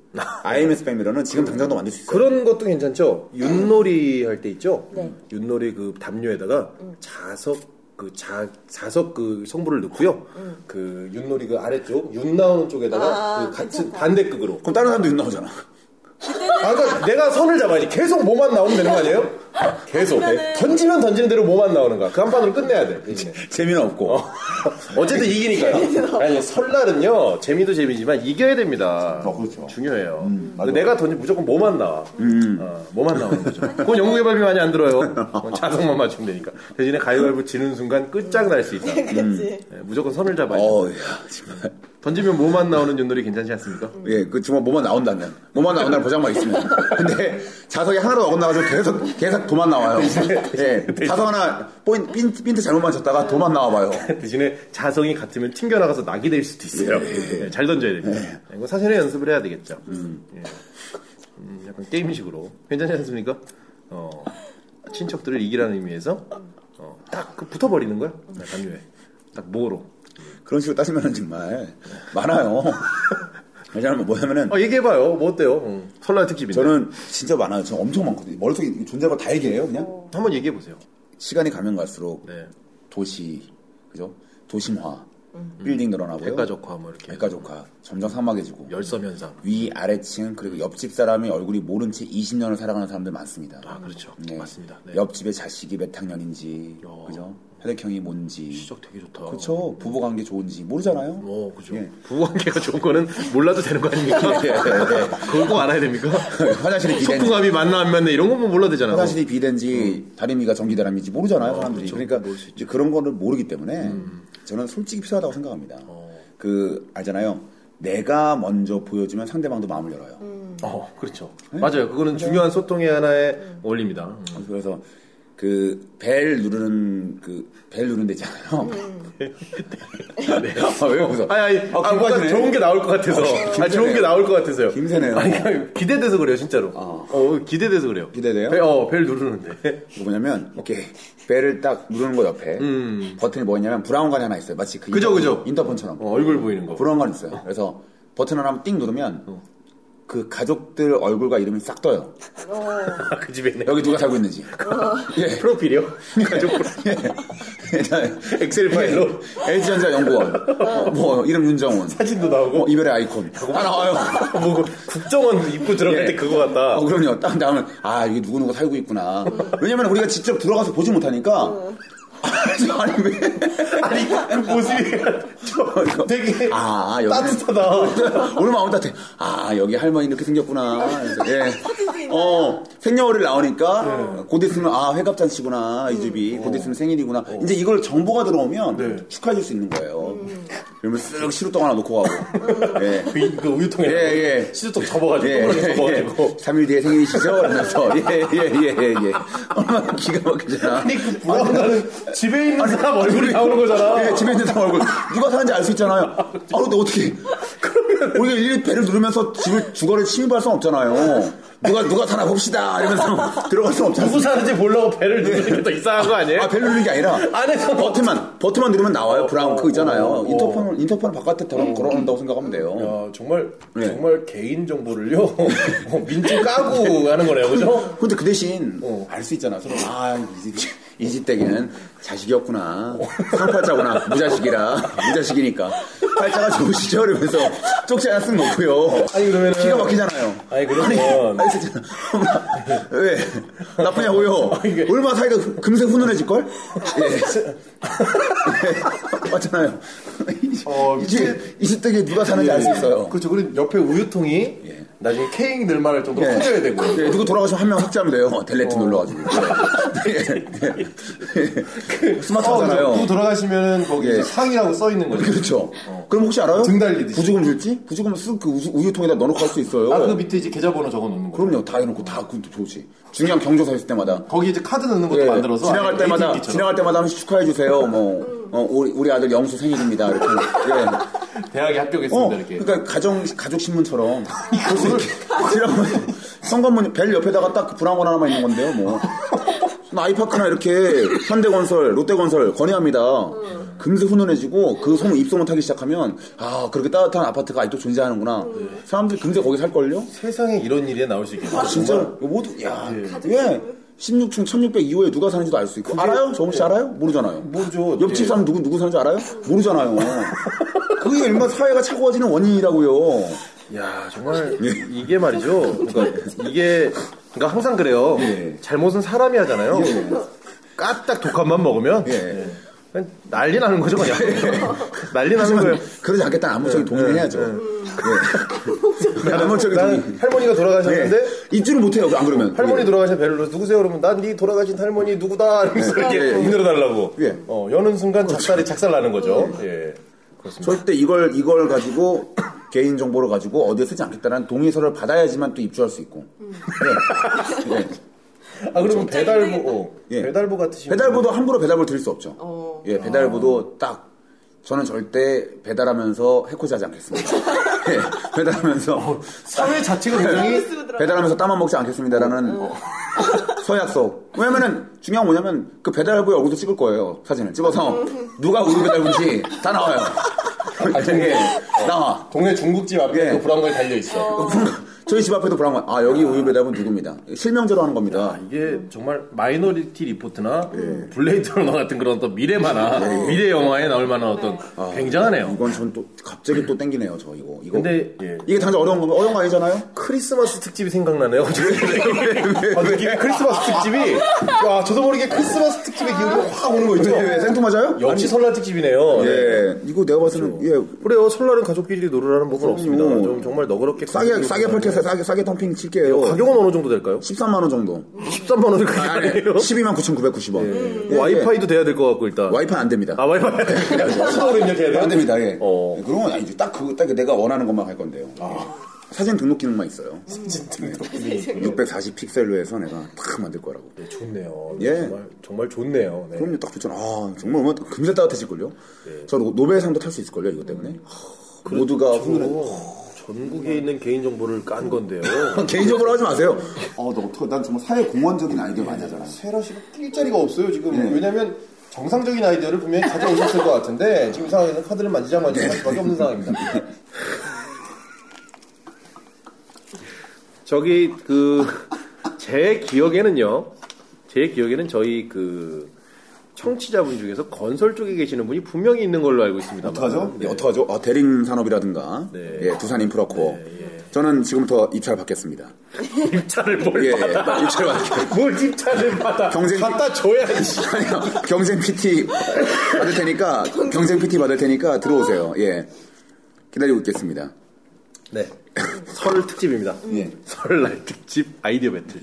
A: 아이맥스 백미러는 지금 당장도 만들 수 있어요.
B: 그런 것도 괜찮죠. 윷놀이 할 때 있죠.
C: 네. 음.
B: 윷놀이 그 담요에다가 자석 그 자, 자석 그 성분을 넣고요. 그 윷놀이 그 아래쪽 윷 나오는 쪽에다가
C: 음. 아,
B: 그 같은
C: 괜찮다.
B: 반대극으로.
A: 그럼 다른 사람도
B: *laughs*
A: 나오잖아.
B: 아, 그러니까 내가 선을 잡아야지. 계속 뭐만 나오면 되는 거 아니에요? 계속
C: 아니면은-
B: 던지면 던지는 대로 뭐만 나오는 거야. 그 한 판으로 끝내야 돼. 이제.
A: 재미는 없고
B: 어.
A: *laughs*
B: 어쨌든 이기니까요. 아니 설날은요 재미도 재미지만 이겨야 됩니다.
A: 어, 그렇죠. 음.
B: 중요해요. 내가 던지 무조건 뭐만 나와. 어, 뭐만 나오는 거죠. 그건 연구 개발비 많이 안 들어요. 그건
A: *laughs*
B: 자석만 맞추면 되니까. 대신에 가위바위보 지는 순간 끝장날 수 있다.
C: 그치.
B: 예, 무조건 선을 잡아야 죠
A: 어, 야, 정말.
B: 던지면 뭐만 나오는 윷놀이 괜찮지 않습니까?
A: 예, 그 정말 뭐만 나온다는, 뭐만
B: *laughs*
A: 나온다는 보장만 있으면. 근데 자석이 하나로 어긋나가지고 계속 계속 도만
B: *laughs*
A: 나와요.
B: 네.
A: 예, 자석 하나 포인 핀트, 핀트 잘못만 쳤다가 도만 나와봐요.
B: 대신에 자성이 같으면 튕겨나가서 낙이 될 수도 있어요.
A: 네.
B: 예, 잘 던져야 됩니다. 이거 사실의 연습을 해야 되겠죠. 예. 음, 약간 게임식으로. 괜찮지 않습니까? 어, 친척들을 이기라는 의미에서 어, 딱 그 붙어버리는 거야. 담요에. 딱 목으로.
A: 그런 식으로 따지면은 정말 많아요. *laughs* 왜냐하면 뭐냐면은
B: 어, 얘기해봐요. 뭐 어때요? 음, 설날 특집인데.
A: 저는 진짜 많아요. 저 엄청 많거든요. 머릿속에 존재가 다 얘기해요, 그냥.
B: 한번 얘기해보세요.
A: 시간이 가면 갈수록
B: 네.
A: 도시, 그죠? 도심화, 빌딩 늘어나고요.
B: 음. 백가족화 뭐 이렇게.
A: 백가족화. 점점 사막해지고.
B: 열섬현상.
A: 위, 아래층, 그리고 옆집 사람이 얼굴이 모른 채 20년을 살아가는 사람들 많습니다.
B: 아, 그렇죠.
A: 네.
B: 맞습니다. 네. 어.
A: 옆집의 자식이 몇 학년인지,
B: 야.
A: 그죠? 혈액형이 뭔지.
B: 시적 되게 좋다.
A: 그쵸? 부부 관계 좋은지 모르잖아요.
B: 어, 그죠.
A: 예.
B: 부부관계가 좋은 거는 몰라도 되는 거
A: *laughs*
B: 아닙니까?
A: 예, 예,
B: 그걸 꼭 알아야 됩니까? 어,
A: 화장실이 비대인지,
B: 소풍함이 맞나 안 맞나 이런 건뭐 몰라 되잖아.
A: 화장실이 비대인지 다리미가 전기다람인지 모르잖아요, 사람들이.
B: 음. 그렇죠.
A: 그러니까
B: 모를 수 있죠. 음.
A: 이제 그런 거를 모르기 때문에 저는 솔직히 필요하다고 생각합니다.
B: 어.
A: 그, 알잖아요. 내가 먼저 보여주면 상대방도 마음을 열어요.
B: 어, 그렇죠.
A: 네?
B: 맞아요. 그거는 중요한 소통의 하나의 원리입니다. 음.
A: 그래서 그 벨 누르는 그 벨 누르는 데 있잖아요. *laughs* 네. 아, 왜 웃어?
B: 아니, 아니,
A: 아,
B: 아, 뭔가
A: 김과시네.
B: 좋은 게 나올 것 같아서.
A: 김-
B: 아, 좋은
A: 김새네요.
B: 게 나올 것 같아서요.
A: 김새네요.
B: 아니, 아니, 기대돼서 그래요, 진짜로. 어, 기대돼서 그래요.
A: 아. 기대돼요?
B: 벨, 어, 벨 누르는데.
A: 이거 뭐냐면 이렇게 벨을 딱 누르는 거 옆에 버튼이 뭐냐면 브라운관이 하나 있어요. 마치 그
B: 음. 그죠,
A: 인터-
B: 그죠.
A: 인터폰처럼
B: 어, 얼굴 보이는 거.
A: 브라운관 있어요. 그래서 버튼 하나 띵 누르면 그 가족들 얼굴과 이름이 싹 떠요.
B: 아, 그 집에 있는
A: 여기 누가 살고
B: *laughs*
A: 있는지. 예.
B: 프로필이요? 가족
A: 예.
B: 엑셀 파일로
A: LG전자 연구원.
B: 어.
A: 뭐 이름 윤정훈.
B: 사진도 나오고
A: 뭐 이별의 아이콘. 다 나와요.
B: *laughs* 뭐 국정원 입구 들어갈
A: 예.
B: 때 그거 같다.
A: 어, 그럼요. 딱 나오면, 아, 이게 누구누구 살고 있구나. 왜냐면 우리가 직접 들어가서 보지 못하니까. *laughs* 아니, 왜.
B: 아니 그
A: *laughs*
B: 모습이 저 되게
A: 아, 여기.
B: 따뜻하다.
A: *laughs* 오늘 마음 따뜻해. 아, 여기 할머니 이렇게 생겼구나. 그래서, 예. 어, 생년월일
B: 네.
A: 나오니까 곧 있으면, 아, 회갑잔치구나. 이 집이. 곧 있으면 생일이구나. 이제 이걸 정보가 들어오면
B: 음. 어. 네.
A: 축하해줄 수 있는 거예요. 그러면 쓱 시루떡 하나 놓고 가고. 예.
B: 그, 그 우유통에
A: 예, 예.
B: 시주통 접어가지고 동그랗게 접어가지고
A: 3일 뒤에 생일이시죠? 이러면서. 예, 예, 예, 예, 예. 얼마나 기가 막히잖아.
B: 아니 그 브라운관은 집에 있는 사람 얼굴이 나오는 거잖아.
A: 예, 집에 있는 사람 얼굴. 누가 사는지 알 수 있잖아요. 아, 근데 어떻게. 우리가 일일이 배를 누르면서 집을 주거를 침입할 수는 없잖아요. 누가, 누가 사나 봅시다. 이러면서 들어갈 수는
B: 누구
A: 없잖아요.
B: 사는지 보려고 배를 누르니까 더 이상한 거 네. 아니에요? 그
A: 아, 배를 누르는 게 아니라.
B: 안에서
A: 버튼만, 버튼만 누르면 나와요. 브라운 그거
B: 어,
A: 있잖아요.
B: 어.
A: 인터폰을, 인터폰을 바깥에 걸어- 걸어놓는다고 생각하면 돼요.
B: 야, 아, 정말
A: 네.
B: 정말 개인 정보를요 *laughs* 어, 민증 까고 하는 거네요, 그죠?
A: 근데 그 대신
B: 어.
A: 알 수 있잖아. 서로. 아, 이 집 댁에는 자식이었구나. 상팔자구나. 무자식이라. 무자식이니까. 팔자가 좋으시죠? 이러면서 쪽지 하나 쓱 놓고요.
B: 아니, 그러면은-
A: 기가 막히잖아요.
B: 아니 그러면
A: 아니 진짜 엄마, 왜 나쁘냐고요?
B: 아, 이게-
A: 얼마 나 사이가 금- 금세 훈훈해질 걸?
B: *laughs*
A: 예. 맞잖아요.
B: 어,
A: 이집 이집 댁에 누가 사는지 알 수 있어요.
B: 그렇죠. 그리고 옆에 우유통이
A: 예.
B: 나중에 케이크 늘 만할 정도로
A: 예.
B: 커져야 어. 되고.
A: 예, 누구 돌아가시면 한 명 삭제하면 돼요. 델레트
B: *laughs*
A: 눌러가지고. 예.
B: 그,
A: 예. 스마트하잖아요.
B: 누구 돌아가시면은 거기
A: 예.
B: 상이라고 써 있는 거죠.
A: 그렇죠. 그럼 혹시 알아요?
B: 어. 등 달리듯이.
A: 부주금 줄지? 부주금 쓱그 우유통에다 넣어놓고 할 수 있어요.
B: 아, 그 밑에 이제 계좌번호 적어 놓는 거.
A: 그럼요. 다 해놓고 다 그것도 좋지. 중요한 경조사 있을 때마다.
B: 거기 이제 카드 넣는 것도
A: 예,
B: 만들어서
A: 지나갈
B: 아예
A: 때마다
B: ATM 기처럼.
A: 지나갈 때마다 한 번씩 축하해 주세요. 뭐 어, 우리 우리 아들 영수 생일입니다. 이렇게. 예.
B: *laughs* 대학에
A: 어,
B: 합격했습니다 이렇게. 아,
A: 그러니까 가정 가족 신문처럼 그걸 지나가면 성관문 벨 옆에다가 딱그 브라운 건 하나만 있는 건데요. 뭐 아이파크나 이렇게 현대건설, 롯데건설 건의합니다. 금세 훈훈해지고 그 소문 입소문 타기 시작하면 아 그렇게 따뜻한 아파트가 아직도 존재하는구나. 사람들이 금세 거기 살 걸요?
B: 세상에 이런 일이 나올 수 있겠다.
A: 아, 진짜 로 모두 야 예. 16층 1602호에 누가 사는지도 알 수 있고 알아요? 정훈 씨 알아요? 뭐. 모르잖아요.
B: 모르죠.
A: 옆집
B: 예.
A: 사람 누구 누구 사는지 알아요? 모르잖아요. *laughs* 그게 얼마나 사회가 차가워지는 원인이라고요.
B: *laughs* 야 정말 이게 말이죠. 그러니까 이게 그러니까 항상 그래요.
A: 예.
B: 잘못은 사람이 하잖아요. 까딱 독한만 먹으면
A: 예.
B: 네. 그냥 난리 나는 거죠 그냥. 난리 나는
A: 하지만
B: 거예요.
A: 그러지 않겠다는 암묵적인 동의를 해야죠. 예. 암묵적인
B: 난
A: 동의.
B: 할머니가 네.
A: 예.
B: 돌아가셨는데
A: 입주를 못해요. 안 그러면.
B: 할머니 돌아가신 배를 눌러서 누구세요? 그러면 난 네 돌아가신 할머니 누구다 이러면서 이렇게
A: 예, 예.
B: 흔들어달라고
A: 예.
B: 어, 여는 순간 작살이 작살 나는 거죠 예. 그렇습니다
A: 절대 이걸 이걸 가지고 개인 정보를 가지고 어디에 쓰지 않겠다는 동의서를 받아야지만 또 입주할 수 있고. 예. 예.
B: 아 그러면
C: 진짜
B: 배달부
C: 힘들겠다.
B: 어,
A: 예.
B: 배달부 같으신
A: 배달부도 함부로 배달부를 드릴 수 없죠.
C: 어.
A: 예, 배달부도 딱 저는 절대 배달하면서 해코지하지 않겠습니다. 예, 배달하면서
B: 분. 사회 *laughs* 자체가 굉장히
C: 쓰고 들어가.
A: 배달하면서 음. 땀만 먹지 않겠습니다라는 서약속. 왜냐면은 중요한 건 뭐냐면 그 배달부의 얼굴도 찍을 거예요 사진을 찍어서 누가 우리 배달부인지 다 나와요.
B: 아,
A: 이게 나와.
B: 동네 중국집 앞에
A: 예.
B: 그 브라운관이 달려 있어
A: 저희 집 앞에도 보라고 아 여기 우유 배달부 누굽니다. 실명제로 하는 겁니다.
B: 이게 정말 마이너리티 리포트나 블레이드 러너 같은 그런 어떤 미래 만화 미래 영화에 나올 만한 어떤 굉장하네요
A: 이건 전 또 갑자기 또 땡기네요 저 이거 이거
B: 근데 예.
A: 이게 당장 어려운 건 어려운 거 아니잖아요.
B: 크리스마스 특집이 *laughs* 생각나네요. 아, 느낌이 크리스마스 특집이 와 저도 모르게 크리스마스 특집의 기운이 확 오는 거 있죠.
A: 왜, 왜 예, 생뚱맞아요?
B: 역시 설날 특집이네요.
A: 예, 이거 내가 봤을 때는
B: 그렇죠.
A: 예,
B: 네. 그래요. 설날은 가족끼리 놀으라는 법은 없습니다.
A: 그럼요.
B: 좀 정말 너그럽게
A: 싸게
B: 가족끼리
A: 싸게
B: 놀아야
A: 펼쳐서
B: 돼요.
A: 싸게 싸게 덤핑 칠게요.
B: 그렇죠. 네. 가격은 어느 정도 될까요?
A: 13만 원 정도.
B: 13만 원을
A: 아니,
B: 가격이에요. 네.
A: 12만 9,990원. 예,
B: 예, 와이파이도 돼야 될 것 같고 일단.
A: 와이파이 안 됩니다.
B: 아 와이파이. 수도로 입력해야 돼요.
A: 안 됩니다. 예.
B: 어.
A: 그런 건 아니죠. 딱 그, 딱 내가 원하는 것만 할 건데요. 예. 사진 등록 기능만 있어요.
B: 네.
A: 640 픽셀로 해서 내가 탁 만들 거라고.
B: 좋네요.
A: 예.
B: 정말 정말 좋네요. 네.
A: 그럼요, 딱 좋잖아. 아, 정말 얼마나 따- 금세 따뜻해질걸요? 저 노- 노벨상도 탈 수 있을걸요, 이것 때문에? 하, 모두가 훈훈해.
B: 오, 전국에 있는 개인 정보를 깐 건데요.
A: 개인적으로 하지 마세요. 어, 너 어떡해. 난 정말 사회 공헌적인 아이디어 많이 하잖아.
B: 세라 씨가 낄 자리가 없어요 지금 왜냐면 정상적인 아이디어를 분명히 가져오셨을 것 같은데 지금 상황에서 카드를 만지작 만지작 할 수밖에 없는 상황입니다 저기 그 제 기억에는요. 제 기억에는 저희 그 청취자분 중에서 건설 쪽에 계시는 분이 분명히 있는 걸로 알고 있습니다.
A: 어떡하죠? 예, 어떡하죠? 어, 대림 산업이라든가
B: 네.
A: 예, 두산 인프라코어. 저는 지금부터 입찰 받겠습니다.
B: 입찰을 뭘
A: 예, 예.
B: 받아?
A: 입찰 받
B: 뭘 입찰을 받아?
A: 경쟁-
B: 갖다 줘야 지
A: 아니요. 경쟁 PT 받을 테니까 경쟁 PT 받을 테니까 들어오세요. 예. 기다리고 있겠습니다.
B: 네. 설 특집입니다.
A: 예.
B: 설날 특집 아이디어 배틀.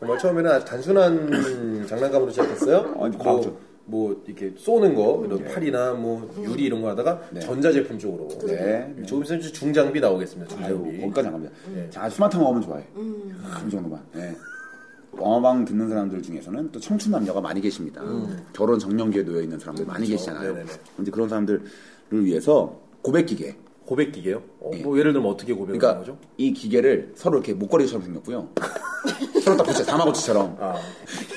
B: 정말 처음에는 아주 단순한 *clears throat* 장난감으로 시작했어요.
A: 아니, 과학적. 예. 음.
B: 뭐, 뭐 이렇게 쏘는 거 이런 팔이나 뭐 유리 이런 거 하다가 전자제품 쪽으로.
A: 네.
B: 조금 있으면 이제 중장비 나오겠습니다. 중장비.
A: 거기까지 안 갑니다. 자, 스마트한 거면 좋아해. 아, 이 정도만. 예. 왕어방 듣는 사람들 중에서는 또 청춘 남녀가 많이 계십니다. 결혼 정년기에 놓여 있는 사람들 많이 계시잖아요.
B: 네네네.
A: 이제 그런 사람들을 위해서 고백 기계.
B: 고백 기계요? 어, 뭐 예를 들면 어떻게 고백을 하는
A: 그러니까
B: 거죠?
A: 이 기계를 서로 이렇게 목걸이처럼 생겼고요. *laughs* 서로 딱 붙여 다마고치처럼.
D: 아.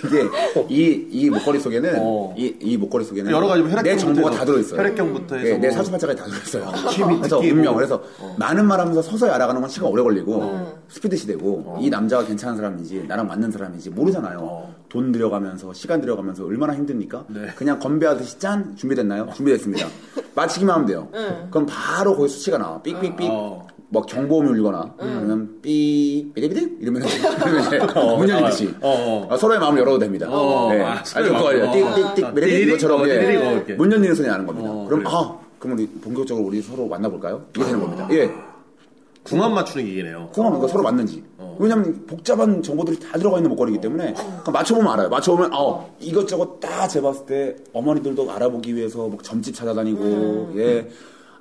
A: 이게 이, 이 목걸이 속에는
B: 어.
A: 이, 이 목걸이 속에는
D: 여러 가지 뭐 혈액형부터
A: 내 정보가
D: 해서-
A: 다 들어 있어요. 예,
D: 혈액형부터 해서
A: 내
D: 뭐-
A: 네, 사주팔자까지 다 들어 있어요.
B: 아,
A: 그래서 운명 그래서
B: 어.
A: 많은 말하면서 서서히 알아가는 건 시간 오래 걸리고 스피드시 되고
B: 어.
A: 이 남자가 괜찮은 사람인지 나랑 맞는 사람인지 모르잖아요.
B: 어.
A: 돈 들여가면서 시간 들여가면서 얼마나 힘듭니까?
B: 네.
A: 그냥 건배하듯이 짠 준비됐나요? 준비됐습니다. 마치기만 하면 돼요. 그럼 바로 거기 수치가 나와. 삑삑삑.
B: 어.
A: 막 경보음이 울거나 아니면 삐 삐리삐리 이러면 이러면
B: *laughs*
A: 이제 문 열리듯이
B: 어, 어.
A: 아, 서로의 마음을 열어도 됩니다.
B: 어,
A: 네.
B: 아,
A: 알죠?
B: 서로의
A: 그거
B: 마음.
A: 알죠? 띡띡띡
B: 어.
A: 삐리삐리 이것처럼
B: 띠리릭,
A: 예.
B: 띠리릭 이렇게.
A: 문 열리는 소리 나는 겁니다.
B: 어,
A: 그럼
B: 그래요. 아.
A: 아 그럼 우리 본격적으로 우리 서로 만나볼까요? 이게 되는 겁니다. 예.
B: 궁합 맞추는 기계네요.
A: 궁합 이거 서로 맞는지.
B: 어.
A: 왜냐면 복잡한 정보들이 다 들어가 있는 목걸이기 때문에 그럼 맞춰보면 알아요. 맞춰보면 어 이것저것 다 재봤을 때 어머니들도 알아보기 위해서 막 점집 찾아다니고
B: 음.
A: 예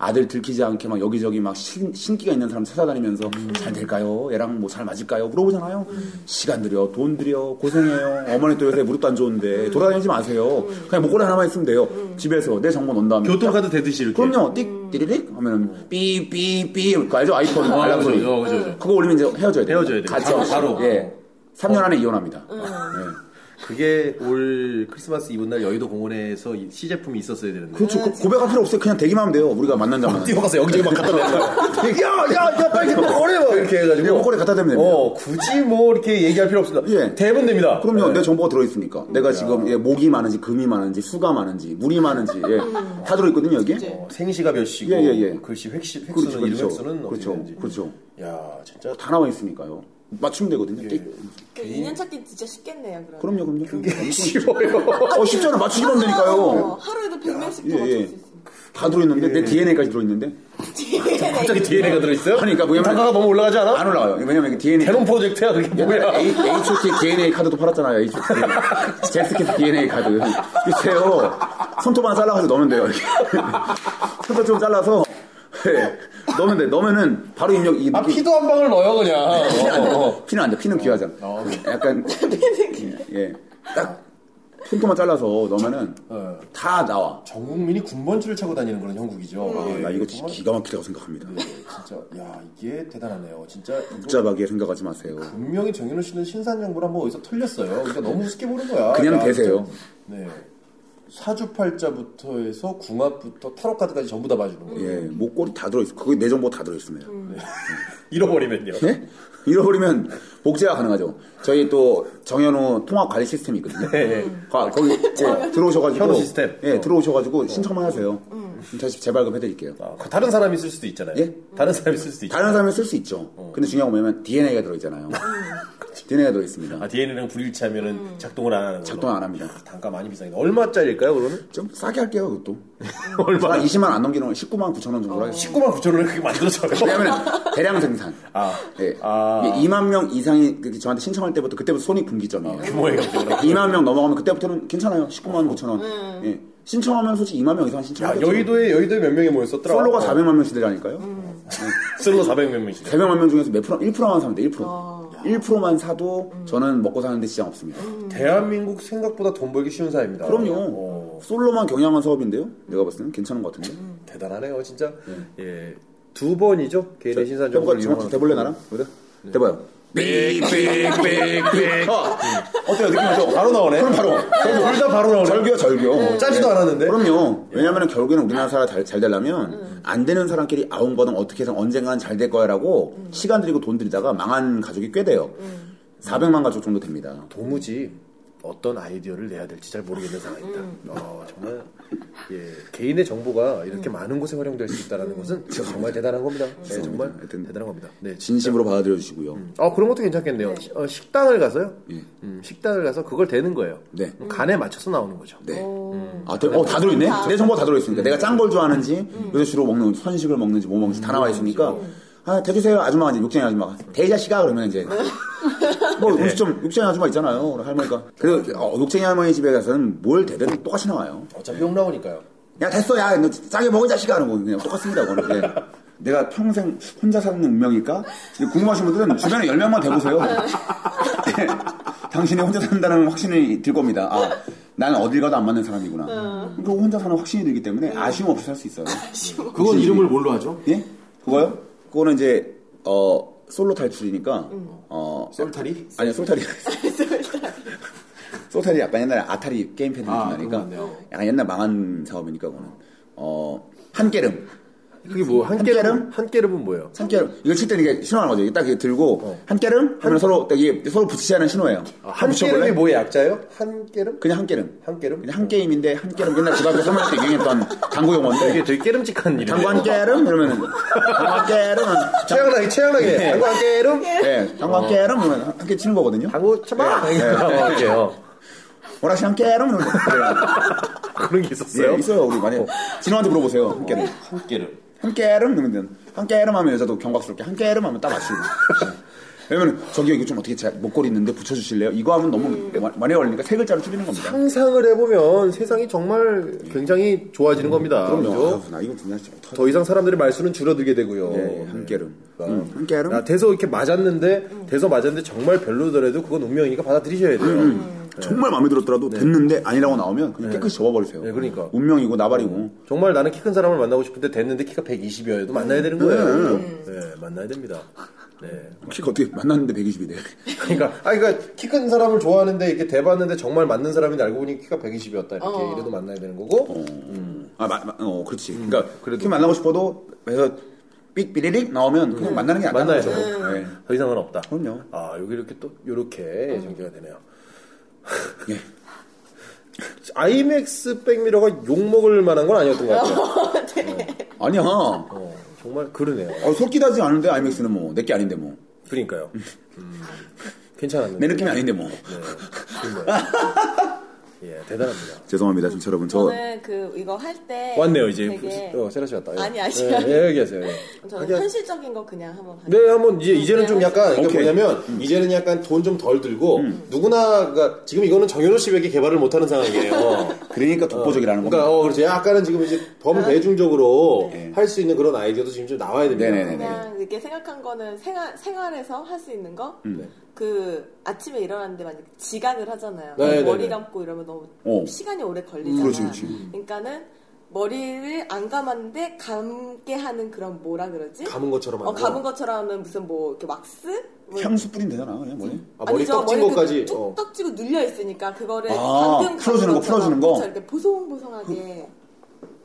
A: 아들 들키지 않게 막 여기저기 막 신, 신기가 있는 사람 찾아다니면서
B: 음.
A: 잘 될까요? 얘랑 뭐 잘 맞을까요? 물어보잖아요. 시간 들여, 돈 들여, 고생해요. 어머니 또 요새 무릎도 안 좋은데 돌아다니지 마세요. 그냥 목걸이 하나만 있으면 돼요.
B: 음.
A: 집에서 내 정보 넣은 다음에
D: 교통카드 되듯이 이렇게.
A: 그럼요.
B: 예.
A: 띡 띠리릭 하면 삐삐삐 그거 알죠? 아이폰 예.
B: 아,
A: 알람
B: 그죠,
D: 그렇죠.
A: 소리.
B: 그죠, 그죠.
A: 그거 올리면 이제 헤어져야 돼요.
B: 헤어져야 돼요.
A: 같이
B: 바로,
A: 헤어져요.
B: 바로. 어. 음,
A: 예. 3년 안에 이혼합니다. 예.
B: 그게 올 크리스마스 이브 날 여의도 공원에서 이 시제품이 있었어야 되는데.
A: 그렇죠. 그 고백할 필요 없어요. 그냥 대기만 하면 돼요. 우리가 만난 자만.
B: 뛰어가서 여기저기 막 갖다 대고 야, 야, 야, 빨리 좀 꺼내! 뭐 이렇게 해가지고.
A: 목걸이 갖다 대면 됩니다.
B: 어, 굳이 뭐 이렇게 얘기할 필요 없습니다.
A: 예.
B: 대본 됩니다. 어,
A: 그럼요. 내 정보가 들어있으니까. 내가 지금 예, 목이 많은지, 금이 많은지, 수가 많은지, 물이 많은지, 예.
B: 음.
A: 다 들어있거든요, 여기.
B: 어, 생시가 몇 시고,
A: 예, 예, 예.
B: 글씨 획시, 획수는
A: 그렇죠,
B: 이름
A: 그렇죠.
B: 획수는
A: 그렇죠.
B: 어떻게 되는지.
A: 그렇죠.
B: 야, 진짜
A: 다 나와 있으니까요. 맞추면
B: 예.
A: 되거든요. 띡.
C: 그 인연 찾기 진짜 쉽겠네요. 그럼.
A: 그럼요, 그럼요.
B: 되게 아, 쉬워요.
A: 어, 쉽잖아. 맞추기만 하면
C: 어,
A: 되니까요.
C: 하루에도 100명씩
A: 예,
C: 더 맞출
A: 예.
C: 수 네, 있어요.
A: 다 들어있는데,
B: 예.
A: 내 DNA까지 들어있는데.
B: 갑자기 DNA가 들어있어요?
A: 아니, 그러니까 뭐냐면-
B: 단가가 너무 올라가지 않아?
A: 안 올라와요. 왜냐면 DNA.
B: 개놈 프로젝트야, 그게 뭐야.
A: 옛날에 HOT DNA 카드도 팔았잖아요. HOT. 잭스키스 DNA 카드. 글쎄요. 손톱 하나 잘라가지고 넣으면 돼요. 이렇게. 손톱 좀 잘라서. 네. 넣으면 돼. 넣으면은 바로 입력. 이
B: 아, 피도 한 방울 넣어요, 그냥.
A: 피는 안 돼.
B: 어, 어.
A: 피는 안 돼. 피는 귀하잖아. 약간. 예. 딱 손톱만 잘라서 넣으면은
B: *laughs* 어.
A: 다 나와.
B: 전 국민이 군번줄을 차고 다니는 그런 형국이죠.
A: 아,
B: 예,
A: 나 이거
B: 정말
A: 기가 막히다고 생각합니다.
B: 진짜, 야, 이게 대단하네요. 진짜. 이거
A: 복잡하게 생각하지 마세요.
B: 분명히 정현우 씨는 신산 정보를 한번 어디서 털렸어요. 그러니까 너무 쉽게 보는 거야. 그러니까
A: 그냥
B: 야,
A: 되세요.
B: 아, 진짜. 네. 사주팔자부터 해서 궁합부터 타로카드까지 전부 다 봐주는 거예요.
A: 예. 목걸이 다 들어있어. 거기 내 정보 다 들어있습니다.
B: 잃어버리면요.
A: 네? 잃어버리면 복제가 가능하죠. 저희 또 정현우 통합 관리 시스템이 있거든요. 네. 거- 거기 예, 들어오셔가지고
B: 네. 현우 시스템. 음.
A: 예, 들어오셔가지고 신청만 하세요. 음, 다시 재발급 해드릴게요.
B: 아, 그 다른 사람이 쓸 수도 있잖아요.
A: 예?
B: 다른 사람이 쓸 수도 있죠.
A: 다른 사람이 쓸 수 있죠.
B: 어.
A: 근데 중요한 건 뭐냐면 DNA가 들어있잖아요. *laughs* DNA가
B: 아,
A: 들어있습니다.
B: DNA랑 불일치하면 은 작동을 안 하는 거죠.
A: 작동 안 합니다.
B: 단가 많이 비싸요. 얼마짜리일까요, 그러면?
A: 좀 싸게 할게요, 그것도.
B: 음. 얼마?
A: 한 20만 안 넘기는 건 19만 9천 원 정도로 하겠습니다.
B: 19만 9천 원을 그렇게 만들어줘요.
A: 왜냐면 대량 생산.
B: 어. 아,
A: 예.
B: 아.
A: 이게 2만 명 이상이 그- 저한테 신청할 때부터 그때부터 손이 분기점이에요.
B: *laughs* 규모예요.
A: 2만 명 넘어가면 그때부터는 괜찮아요. 19만 5천 원. 예. 신청하면 솔직히 2만 명 이상
B: 야,
A: 신청하겠죠.
B: 여의도에, 여의도에 몇 명이 모였었더라? 어.
A: 솔로가 400만 명씩이라니까요.
B: 솔로 400몇 명이시죠.
A: 400만 명 중에서 몇 프로? 1%만 사면 돼. 1%. 1%만 사도 저는 먹고 사는데 지장 없습니다.
B: 음. 대한민국 생각보다 돈 벌기 쉬운 사회입니다. 어.
A: 그럼요. 솔로만 경영한 사업인데요. 내가 봤을 때는 괜찮은 것 같은데.
B: 대단하네요, 진짜. 예. 두 번이죠? 개인의 신산
A: 해볼까?
B: 정보를
A: 정확히
B: 이용하는.
A: 대볼래 나랑? 여기다? 대봐요. 삑삑삑삑.
B: 어때요? 느낌 오죠? 바로 나오네. 그럼 바로. 둘다 바로 나오네.
A: 어.
B: 어,
A: 절규야 절규.
B: 짜지도 않았는데.
A: 그럼요. 왜냐하면 결국에는 우리나라 사람 잘, 잘 되려면
B: 음.
A: 안 되는 사람끼리 아웅바웅 어떻게 해서 언젠가는 잘 될 거야라고
B: 음.
A: 시간 들이고 돈 들이다가 망한 가족이 꽤 돼요. 400만 가족 정도 됩니다.
B: 도무지 어떤 아이디어를 내야 될지 잘 모르겠는 상황이다. 어, 정말 예, 개인의 정보가 이렇게 많은 곳에 활용될 수 있다라는 것은 정말 대단한 겁니다. 네, 정말
A: 하여튼
B: 대단한 겁니다. 네, 진-
A: 진심으로 받아들여 주시고요.
B: 어 그런 것도 괜찮겠네요. 시- 어, 식당을 가서요.
A: 예.
B: 음, 식당을 가서 그걸 대는 거예요.
A: 네.
B: 그럼 간에 맞춰서 나오는 거죠.
A: 네. 아, 되- 어, 다 들어있네? 내 정보가 다 들어있으니까. 내가 짠 걸 좋아하는지, 요새 주로 먹는, 선식을 먹는지, 뭐 먹는지 다 나와 있으니까. 아, 대주세요, 아줌마가 이제 육쟁이 아줌마가. 대자식아! 그러면 이제. 뭐, 음식점, 육쟁이 아줌마 있잖아요. 우리 할머니가. 그리고, 어, 육쟁이 할머니 집에 가서는 뭘 대든 똑같이 나와요.
B: 어차피 욕 나오니까요.
A: 야, 됐어, 야, 너 싸게 먹어, 이 자식아! 하는 거 그냥 똑같습니다, 그거는. 예. 내가 평생 혼자 사는 운명일까? 근데 궁금하신 분들은 주변에 10명만 대보세요. 예. 당신이 혼자 산다는 확신이 들 겁니다. 아, 나는 어딜 가도 안 맞는 사람이구나. 그리고 혼자 사는 확신이 들기 때문에 아쉬움 없이 살 수 있어요.
D: 그건 이름을 뭘로 하죠?
A: 예? 그거요? 그거는 이제, 어, 솔로 탈출이니까, 어,
D: 솔타리?
A: 아니요, 솔타리. 솔타리 약간 옛날에 아타리 게임 팬
D: 아,
A: 느낌 나니까.
D: 그건 맞네요.
A: 약간 옛날 망한 사업이니까, 그거는. 어, 한깨름.
B: 그게 뭐 한깨름? 한깨름은 뭐예요?
A: 한깨름. 이걸 칠 때는 이게 신호하는 거죠. 이게 딱 이렇게 들고, 한깨름? 하면 서로, 딱 이게 서로 부딪히지 않은 신호예요.
B: 아,
A: 한번 붙여볼래?
B: 한깨름이 뭐의 약자예요? 한깨름?
A: 그냥 한깨름.
B: 한깨름?
A: 그냥 한게임인데, 한깨름. 옛날 집 앞에서 설명할 때 유행했던 당구 용어인데.
B: 이게 되게 깨름직한 이름.
A: 당구 한깨름? 이러면은, 당구 한깨름?
B: 아, 최양락이 최양락이
A: 네.
B: 당구 한깨름?
A: 예, 당구 한깨름? 그러면 함께 치는 거거든요.
B: 당구 쳐봐.
A: 네. 오락실 한깨름? 이러면.
B: 아, 그런 게
A: 예,
B: 네, 있었어요.
A: 있어요. 우리 만약 진호한테 물어보세요. 한깨름.
D: 한깨름.
A: 한깨름 그러면 한깨름 하면 여자도 경박스럽게 한깨름 하면 딱
B: *laughs*
A: 맞추고. 왜냐면 저기 이거 좀 어떻게 제 목걸이 있는데 붙여주실래요? 이거 하면 너무 마- 많이 걸리니까 세 글자로 줄이는 겁니다.
B: 상상을 해보면 세상이 정말 굉장히 좋아지는 겁니다.
A: 그럼요.
B: 음, 그죠?
A: 아유, 어, 나 이거 분야 진짜 못하다.
B: 더 이상 사람들의 말수는 줄어들게 되고요.
A: 예, 한깨름. 음, 한깨름?
B: 나 대서 이렇게 맞았는데 대서 맞았는데 정말 별로더라도 그건 운명이니까 받아들이셔야 돼요.
A: 정말 마음에 들었더라도 됐는데 아니라고 나오면 그냥 깨끗이 접어버리세요.
B: 네. 네, 그러니까. 어.
A: 운명이고 나발이고.
B: 정말 나는 키 큰 사람을 만나고 싶은데 됐는데 키가 120이어도 만나야 되는 거예요. 네, 만나야 됩니다. 네.
A: 혹시 어떻게 만났는데 120이 돼?
B: 그러니까 아 그러니까 키 큰 사람을 좋아하는데 이렇게 대봤는데 정말 맞는 사람인데 알고 보니 키가 120이었다 이렇게
C: 어.
B: 이래도 만나야 되는 거고
A: 아, 마, 마- 어, 그렇지.
B: 음,
A: 그러니까 그렇게 만나고 싶어도 그래서 삑삐리릭 나오면 그냥 만나는 게 안
B: 음. 만나야
A: 나죠.
B: 되고
A: 네.
C: 음.
B: 더 이상은 없다.
A: 그럼요.
B: 아 여기 이렇게 또 이렇게 전개가 되네요. *laughs*
A: 예.
B: 아이맥스 백미러가 욕먹을 만한 건 아니었던 것
C: *laughs*
B: 같아요.
C: 네.
A: 아니야.
B: 어, 정말 그러네요.
A: 어, 솔깃하지 않은데 아이맥스는 뭐 내 게 아닌데 뭐 내
B: 그러니까요. 음, 괜찮았는데.
A: 느낌이 아닌데 뭐 네.
B: 예, 대단합니다.
A: 죄송합니다 지금 여러분 저
C: 저는 그 이거 할 때
B: 왔네요, 이제.
C: 되게
B: 어, 세라 씨 왔다. 예.
C: 아니, 아니.
B: 예, 예, 얘기하세요. 예.
C: 저는
B: 하긴-
C: 현실적인 거 그냥 한번 봐요.
B: 네, 한번
C: 음,
B: 이제 이제는 좀 약간 그러니까
A: 오케이. 음.
B: 뭐냐면 이제는 약간 돈 좀 덜 들고 누구나 그 지금 이거는 정현호 씨에게 개발을 못 하는 상황이에요.
A: 그러니까 *laughs* 독보적이라는 겁니다 네.
B: 그러니까 어 그렇죠. 약간은 지금 이제
C: 아.
B: 범대중적으로 할 수 있는 그런 아이디어도 지금 좀 나와야 됩니다.
A: 네네네.
C: 그냥 이렇게 생각한 거는 생활, 생활에서 할 수 있는 거?
B: 음.
A: 네.
C: 그 아침에 일어났는데 만약 지각을 하잖아요.
B: 네, 네,
C: 머리
B: 네.
C: 감고 이러면 너무
A: 어.
C: 시간이 오래 걸리잖아.
A: 그렇지, 그렇지.
C: 그러니까는 머리를 안 감았는데 감게 하는 그런 뭐라 그러지?
B: 감은 것처럼
C: 어,
B: 하는 거.
C: 감은 것처럼 하는 무슨 뭐 이렇게 왁스?
B: 어.
C: 뭐
A: 향수 뿌리면 되잖아 그냥 머리
B: 아, 머리
C: 아니죠.
B: 떡진
C: 머리 그
B: 것까지.
C: 쭉
B: 어.
C: 떡지고 눌려 있으니까 그거를
A: 아,
C: 방금 감은
A: 풀어주는 거,
C: 것처럼
A: 풀어주는 거?
C: 그렇죠. 이렇게 보송보송하게.
B: 어,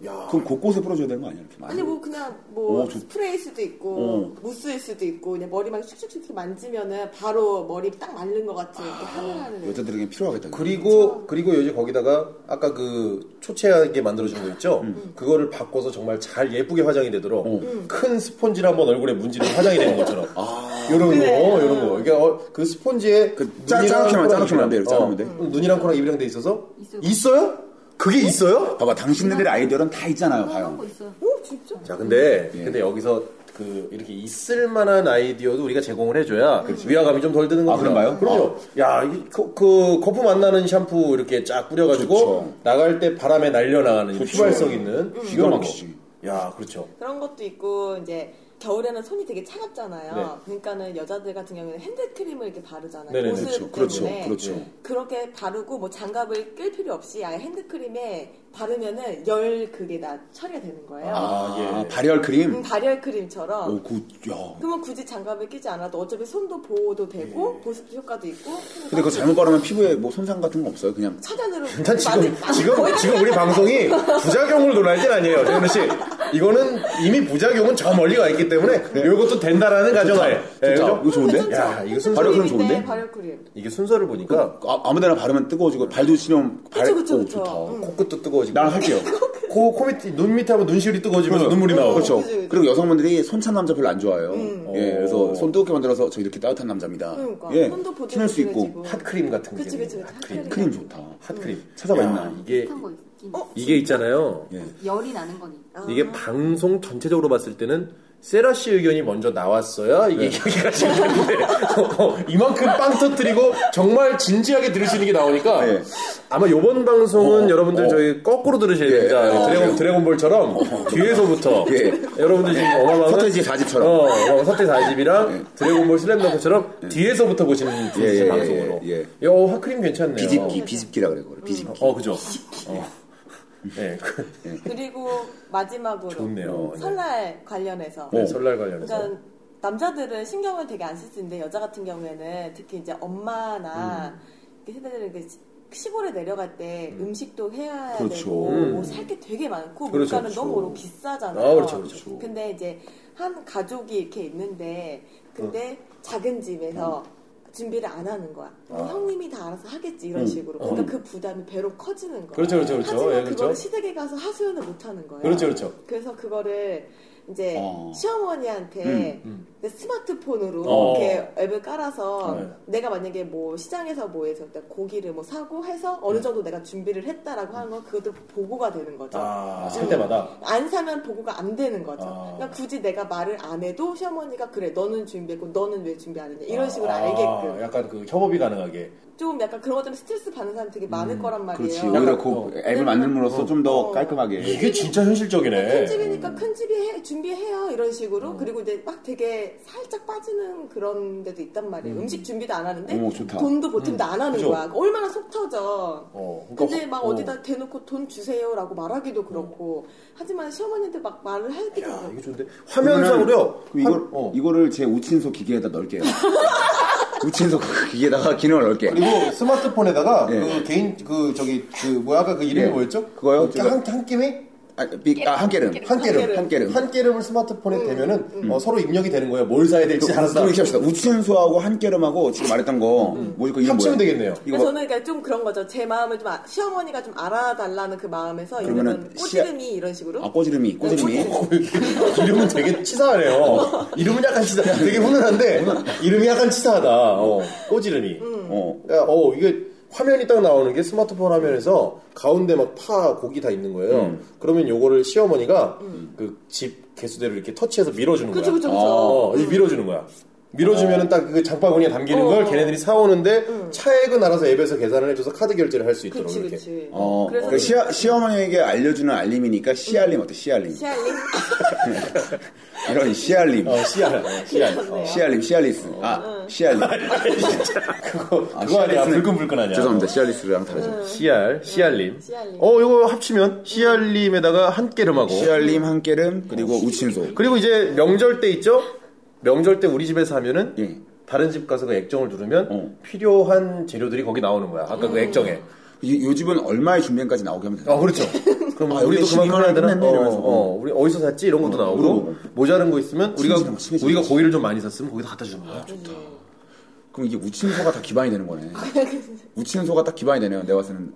B: 야,
A: 그럼 곳곳에 뿌려줘야 되는 거 아니야 이렇게 많이?
C: 아니 뭐 그냥 뭐
A: 오, 어. 좋-
C: 스프레이일 수도 있고
A: 오.
C: 무스일 수도 있고 그냥 머리만 슉슉슉 만지면은 바로 머리 딱 마른 것 같은 그 이렇게 하늘하늘
A: 아, 여자들에게 필요하겠다
B: 그리고 그리고 이제 거기다가 아까 그 초췌하게 만들어준 거 있죠.
A: 음.
B: 음. 그거를 바꿔서 정말 잘 예쁘게 화장이 되도록 음. 큰 스폰지를 한번 얼굴에 문지르면 화장이 되는 것처럼.
A: 아.
B: 요런 거, 요런 거. 이게 어, 그 스폰지에 그
A: 짜- 짜놓기만- 짜놓기만 안 돼요, 짜놓으면 돼.
B: 눈이랑 코랑 입이랑 돼 있어서 있어요? 그게 있어요?
A: 봐봐 당신들의 아이디어는 다 있잖아요
E: 그런 거
A: 봐요
E: 있어요.
C: 오 진짜?
B: 자, 근데 근데 여기서 그 이렇게 있을 만한 아이디어도 우리가 제공을 해줘야 위화감이 좀 덜 드는
A: 아,
B: 겁니다.
A: 그런가요?
B: 그렇죠. 그럼요. 아. 야, 이 코- 그 거품 안 나는 샴푸 이렇게 쫙 뿌려가지고
A: 좋죠.
B: 나갈 때 바람에 날려 나가는 휘발성 있는
A: 기가
B: 이런 거.
A: 막히지.
B: 야, 그렇죠.
C: 그런 것도 있고 이제 겨울에는 손이 되게 차갑잖아요.
B: 네.
C: 그러니까는 여자들 같은 경우에는 핸드크림을 이렇게 바르잖아요.
B: 네네네,
C: 보습
A: 그렇죠.
C: 때문에 네.
A: 그렇죠. 그렇죠.
C: 그렇게 바르고 뭐 장갑을 낄 필요 없이 아예 핸드크림에 바르면은 열 그게 다 처리가 되는 거예요.
A: 아,
B: 예.
A: 발열
C: 음,
A: 크림.
C: 발열 크림처럼.
A: 오, 굿. 야.
C: 그러면 굳이 장갑을 끼지 않아도 어차피 손도 보호도 되고 보습 효과도 있고.
A: 예. 근데 그거 잘못 바르면 피부에 뭐 손상 같은 거 없어요? 그냥
C: 차단으로
B: 일단 지금
C: 많이- 많이
B: 지금
C: 거의
B: 지금 우리 방송이 부작용을 논할 땐 아니에요, 정현 씨. 이거는 이미 부작용은 저 멀리 가 있기 때문에 이것도 된다라는 가정하에. 예,
A: 진짜
B: 그죠?
A: 이거 좋은데?
C: 괜찮죠?
B: 야, 이거 순서
A: 발효 크림
C: 크림인데,
A: 좋은데?
C: 발효 크림.
B: 이게 순서를 보니까
A: 아, 아무데나 바르면 뜨거워지고 발도 시면 발.
C: 그쵸, 그쵸,
A: 오,
C: 그쵸.
A: 좋다.
C: 음.
B: 코끝도 뜨거워지고
A: 나랑 할게요.
B: 코, 코 밑, 눈 밑에 하면 눈시울이 뜨거워지면서 눈물이 나오고.
A: 그렇죠.
C: 그치, 그치.
A: 그리고 여성분들이 손찬 남자 별로 안 좋아해요. 예, 그래서
B: 어.
A: 손 뜨겁게 만들어서 저 이렇게 따뜻한 남자입니다.
C: 음. 그러니까.
A: 예,
C: 손도 보들보들해지고. 네.
A: 티낼 수 있고
B: 핫크림 같은 게.
C: 그치, 그치, 그치.
B: 핫크림.
A: 크림 좋다.
B: 핫크림.
A: 찾아봐
B: 야,
A: 있나?
B: 이게,
E: 비슷한 거 있긴
C: 어?
B: 이게 있잖아요.
A: 예.
E: 열이 나는 거니까
C: 아.
B: 이게 방송 전체적으로 봤을 때는 세라 씨 의견이 먼저 나왔어야 이게
A: 네.
B: 여기가 지금 되는데 어, 이만큼 빵 터뜨리고 정말 진지하게 들으시는 게 나오니까
A: 네.
B: 아마 요번 방송은
A: 어,
B: 여러분들
A: 어.
B: 저희 거꾸로 들으셔야
A: 예.
B: 됩니다.
A: 어.
B: 드래곤, 드래곤볼처럼 뒤에서부터
A: 예.
B: 여러분들 지금 어마어마한
A: 서태지 4집처럼.
B: 어, 어마어마한 서태 4집이랑 드래곤볼 슬램덩크처럼 뒤에서부터 보시는
A: 예, 예, 예,
B: 방송으로
A: 예.
B: 야, 화크림 괜찮네요.
A: 비집기, 비집기라 그래,
C: 음.
A: 그걸. 비집기.
B: 어, 그죠. 어. 네,
C: 그리고 마지막으로 그
B: 좋네요. 네.
C: 설날 관련해서
A: 어.
B: 그 설날 관련해서.
C: 그러니까 남자들은 신경을 되게 안 쓸 수 있는데 여자 같은 경우에는 특히 이제 엄마나
B: 음.
C: 이렇게 세대들은 이렇게 시- 시골에 내려갈 때 음. 식도 해야
A: 그렇죠.
C: 되고 뭐
A: 음.
C: 살 게 되게 많고
B: 그렇죠,
C: 물가는
B: 그렇죠.
C: 너무 비싸잖아요.
B: 아, 그렇죠, 그렇죠.
C: 근데 이제 한 가족이 이렇게 있는데 근데
B: 어.
C: 작은 집에서
B: 음.
C: 준비를 안 하는 거야. 그럼 형님이 다 알아서 하겠지 이런 식으로. 그러니까 그 부담이 배로 커지는 거야.
B: 음. 어. 그렇죠, 그렇죠, 그렇죠.
C: 하지만
B: 예, 그렇죠.
C: 그거를 시댁에 가서 하소연을 못 하는 거예요.
B: 그렇죠, 그렇죠.
C: 그래서 그거를 이제
A: 어.
C: 시어머니한테
B: 음.
C: 그 스마트폰으로
B: 어.
C: 이렇게 앱을 깔아서
B: 네.
C: 내가 만약에 뭐 시장에서 뭐 해서 일단 고기를 뭐 사고 해서
B: 네.
C: 어느 정도 내가 준비를 했다라고 하는 건 그것도 보고가 되는 거죠.
B: 아, 살 때마다.
C: 안 사면 보고가 안 되는 거죠.
B: 아.
C: 그러니까 굳이 내가 말을 안 해도 시어머니가 그래 너는 준비했고 너는 왜 준비 안 했냐 이런 식으로
B: 아,
C: 알게끔
B: 약간 그 협업이 가능하게.
C: 좀 약간 그런 것 때문에 스트레스 받는 사람 되게
B: 음,
C: 많을 거란 말이에요.
A: 그렇지.
B: 약간
A: 오히려
B: 어.
A: 그 앱을 만듦으로써 좀 더
C: 어.
A: 깔끔하게. 예.
B: 이게 진짜 현실적이네.
C: 큰 집이니까 큰 집이 해- 준비해요 이런 식으로
A: 음.
C: 그리고 이제 막 되게 살짝 빠지는 그런 데도 있단 말이에요 음. 식 준비도 안 하는데
A: 오, 좋다. 음.
C: 돈도 보탬도 안 하는
B: 그죠?
C: 거야 그러니까 얼마나 속 터져
B: 어, 그러니까
C: 근데
B: 허-
C: 막
B: 어.
C: 어. 디다 대놓고 돈 주세요라고 말하기도
A: 음.
C: 그렇고 하지만 시어머니한테 막 말을 하기도
B: 야, 아, 이거
C: 그렇고
B: 좋은데. 화면상으로요.
A: 그러면은 이걸,
B: 화- 어.
A: 이거를 제 우친소 기계에다 넣을게요. *laughs* 우친소 기계에다가 기능을 넣을게.
B: 그리고 스마트폰에다가
A: 예.
B: 그 개인 그 저기 그 뭐야 아까 그 이름이
A: 예.
B: 뭐였죠?
A: 그거요?
B: 그 한, 한 끼미?
A: 아, 빅, 아, 한 개름.
B: 한 깨름.
A: 한 깨름.
B: 한 깨름을 스마트폰에
C: 음,
B: 대면은 어, 서로 입력이 되는 거예요. 뭘 사야 될지 알아서.
A: 그럼 이렇게 합시다. 우친소하고 한 깨름하고 지금 말했던 거, 뭐지, 그 이름 뭐야?
B: 합치면 되겠네요.
A: 이거 뭐-
C: 저는 그러니까 좀 그런 거죠 제 마음을 좀 아- 시어머니가 좀 알아달라는 그 마음에서
A: 그러면은
C: 이거는
A: 시야-
C: 꼬지름이 이런 식으로
A: 아,
C: 네,
A: 꼬지름이, 꼬지름이.
C: 꼬지름이.
B: 이름은 되게 치사하네요. 이름은 약간 치사. 되게 훈훈한데 이름이 약간 치사하다. 어, 꼬지름이.
C: 음.
A: 어.
B: 야, 어, 이게 화면이 딱 나오는 게 스마트폰 화면에서 가운데 막 파 고기 다 있는 거예요.
A: 음.
B: 그러면 요거를 시어머니가 그 집 개수대로 이렇게 터치해서 밀어주는 거야.
C: 음. 그쵸 그쵸 그쵸
B: 어, 이렇게 밀어주는 거야. 밀어주면은 딱 그 장바구니에 담기는
C: 어,
B: 걸
C: 어.
B: 걔네들이 사오는데 차액은 알아서 앱에서 계산을 해줘서 카드 결제를 할 수 있도록
C: 그렇죠, 그치
B: 이렇게.
C: 그치
A: 어,
C: 그래서
A: 그러니까 시아, 시어머니에게 알려주는 알림이니까 시알림 어때? 시알림.
C: 시알리
A: 이런 시알림.
B: 어, 씨알, 어, 씨알.
C: *laughs* 네.
B: 어.
A: 시알림, 시알리스. 아, 시알림.
C: 음.
B: 어, 그거,
A: 아,
B: 그거 아니야.
A: 씨알리스는-
B: 불끈불끈하냐.
A: 죄송합니다. 시알리스랑
C: 음.
A: 다르죠.
B: 씨알,
A: 네,
B: 씨알님.
C: 씨알님.
B: 어, 이거 합치면 씨알님에다가 한 깨름하고.
A: 시알림, 한 깨름, 그리고 우친소.
C: 음.
B: 그리고 이제 명절 때 있죠? 명절 때 우리 집에서 하면은
A: 예.
B: 다른 집 가서 그 액정을 누르면
A: 어. 음.
B: 필요한 재료들이 거기 나오는 거야. 아까 그 액정에.
A: 요- 요즘은 얼마의 준비까지 나오게 하면 되나?
C: 어.
B: 아 그렇죠. *laughs* 그럼
A: 아,
B: 우리도
A: 우리
B: 그만큼 해야 되나?
A: 끝났네, 이러면서.
B: 어, 어, 우리 어디서 샀지 이런 것도 나오고
A: 그러고.
B: 모자른 거 있으면 우리가
A: 심심해, 심심해.
B: 우리가 고기를 좀 많이 샀으면 거기다 갖다 주는
A: 아,
B: 거야.
A: 그럼 이게 우친소가 다 기반이 되는 거네.
C: 아,
A: 우친소가 딱 기반이 되네요. 내가 봤을 때는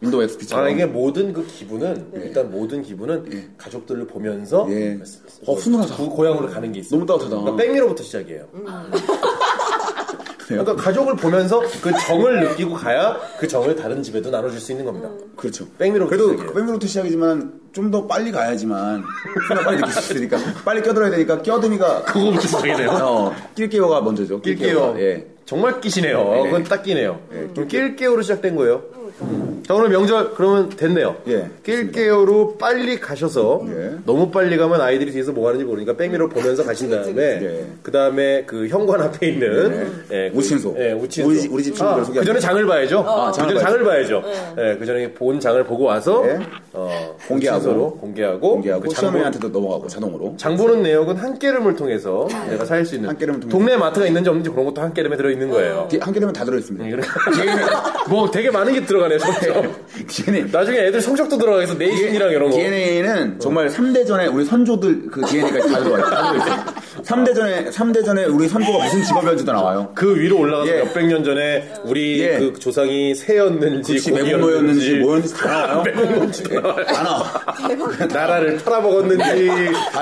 A: 윈도우 XP처럼.
B: 아 이게 모든 그 기분은 일단 모든 기분은 가족들을 보면서
A: 네. 예.
B: 어,
A: 어, 훈훈하다.
B: 구- 고향으로 가는 게 있어.
A: 너무 따뜻하다.
B: 그러니까 백미로부터 시작이에요. *laughs* 그러니까 가족을 보면서 그 정을 느끼고 가야 그 정을 다른 집에도 나눠줄 수 있는 겁니다.
A: 그렇죠.
B: 백미로부터
A: 그래도
B: 시작이에요.
A: 백미로부터 시작이지만 좀 더 빨리 가야지만 생각 빨리 느낄 수 있으니까 빨리 껴들어야 되니까 껴드미가
B: 그거부터 시작이네요.
A: 어, 낄게요가 먼저죠.
B: *laughs* 낄게요.
A: 예.
B: 정말 끼시네요.
A: 네.
B: 예. 그건 딱 끼네요. 그럼 낄게요로 시작된 거예요. 자 오늘 명절 그러면 됐네요.
A: 예,
B: 낄게요로 빨리 가셔서
A: 예.
B: 너무 빨리 가면 아이들이 뒤에서 뭐 하는지 모르니까 백미러 보면서 가신 다음에
A: 예.
B: 그 다음에 그 현관 앞에 있는 예, 그-
A: 우친소.
B: 예, 우친소.
A: 우리 집- 우리 집 친구들
B: 아,
A: 소개합니다.
B: 그 전에 장을 봐야죠.
A: 아,
B: 그
A: 장을 네.
B: 전에 장을 봐야죠. 예, 그 전에 본 장을 보고 와서
A: 예.
B: 어,
A: 공개하고.
B: 우친소로 공개하고
A: 공개하고
B: 그 장본-
A: 시어머니한테도 넘어가고 자동으로
B: 장 보는 내역은 한 깨름을 통해서 내가 살 수 있는
A: 아, 네. 한 깨름을 통해서.
B: 동네 마트가 있는지 없는지 그런 것도 한 깨름에 들어 있는 *laughs* 거예요.
A: 한 개면 다
B: 네.
A: 들어있습니다.
B: *laughs* 뭐 되게 많은 게 들어가네요. 점점.
A: DNA
B: 나중에 애들 성적도 들어가서 내신이랑 이런 거.
A: DNA는 정말 3대전에 우리 선조들 그 DNA까지 다 들어와 다 들어있어요. 3대전에 3대전에 우리 선조가 무슨 직업이었는지도 나와요.
B: 그 위로 올라가서
A: 예.
B: 몇백 년 전에 우리
A: 예.
B: 그 조상이 새였는지
A: 혹시
B: *laughs*
A: 매국노였는지 뭐였는지 다 나와요.
B: 매국노인지
A: 예, 다 *laughs* 나와.
B: 나라를 팔아먹었는지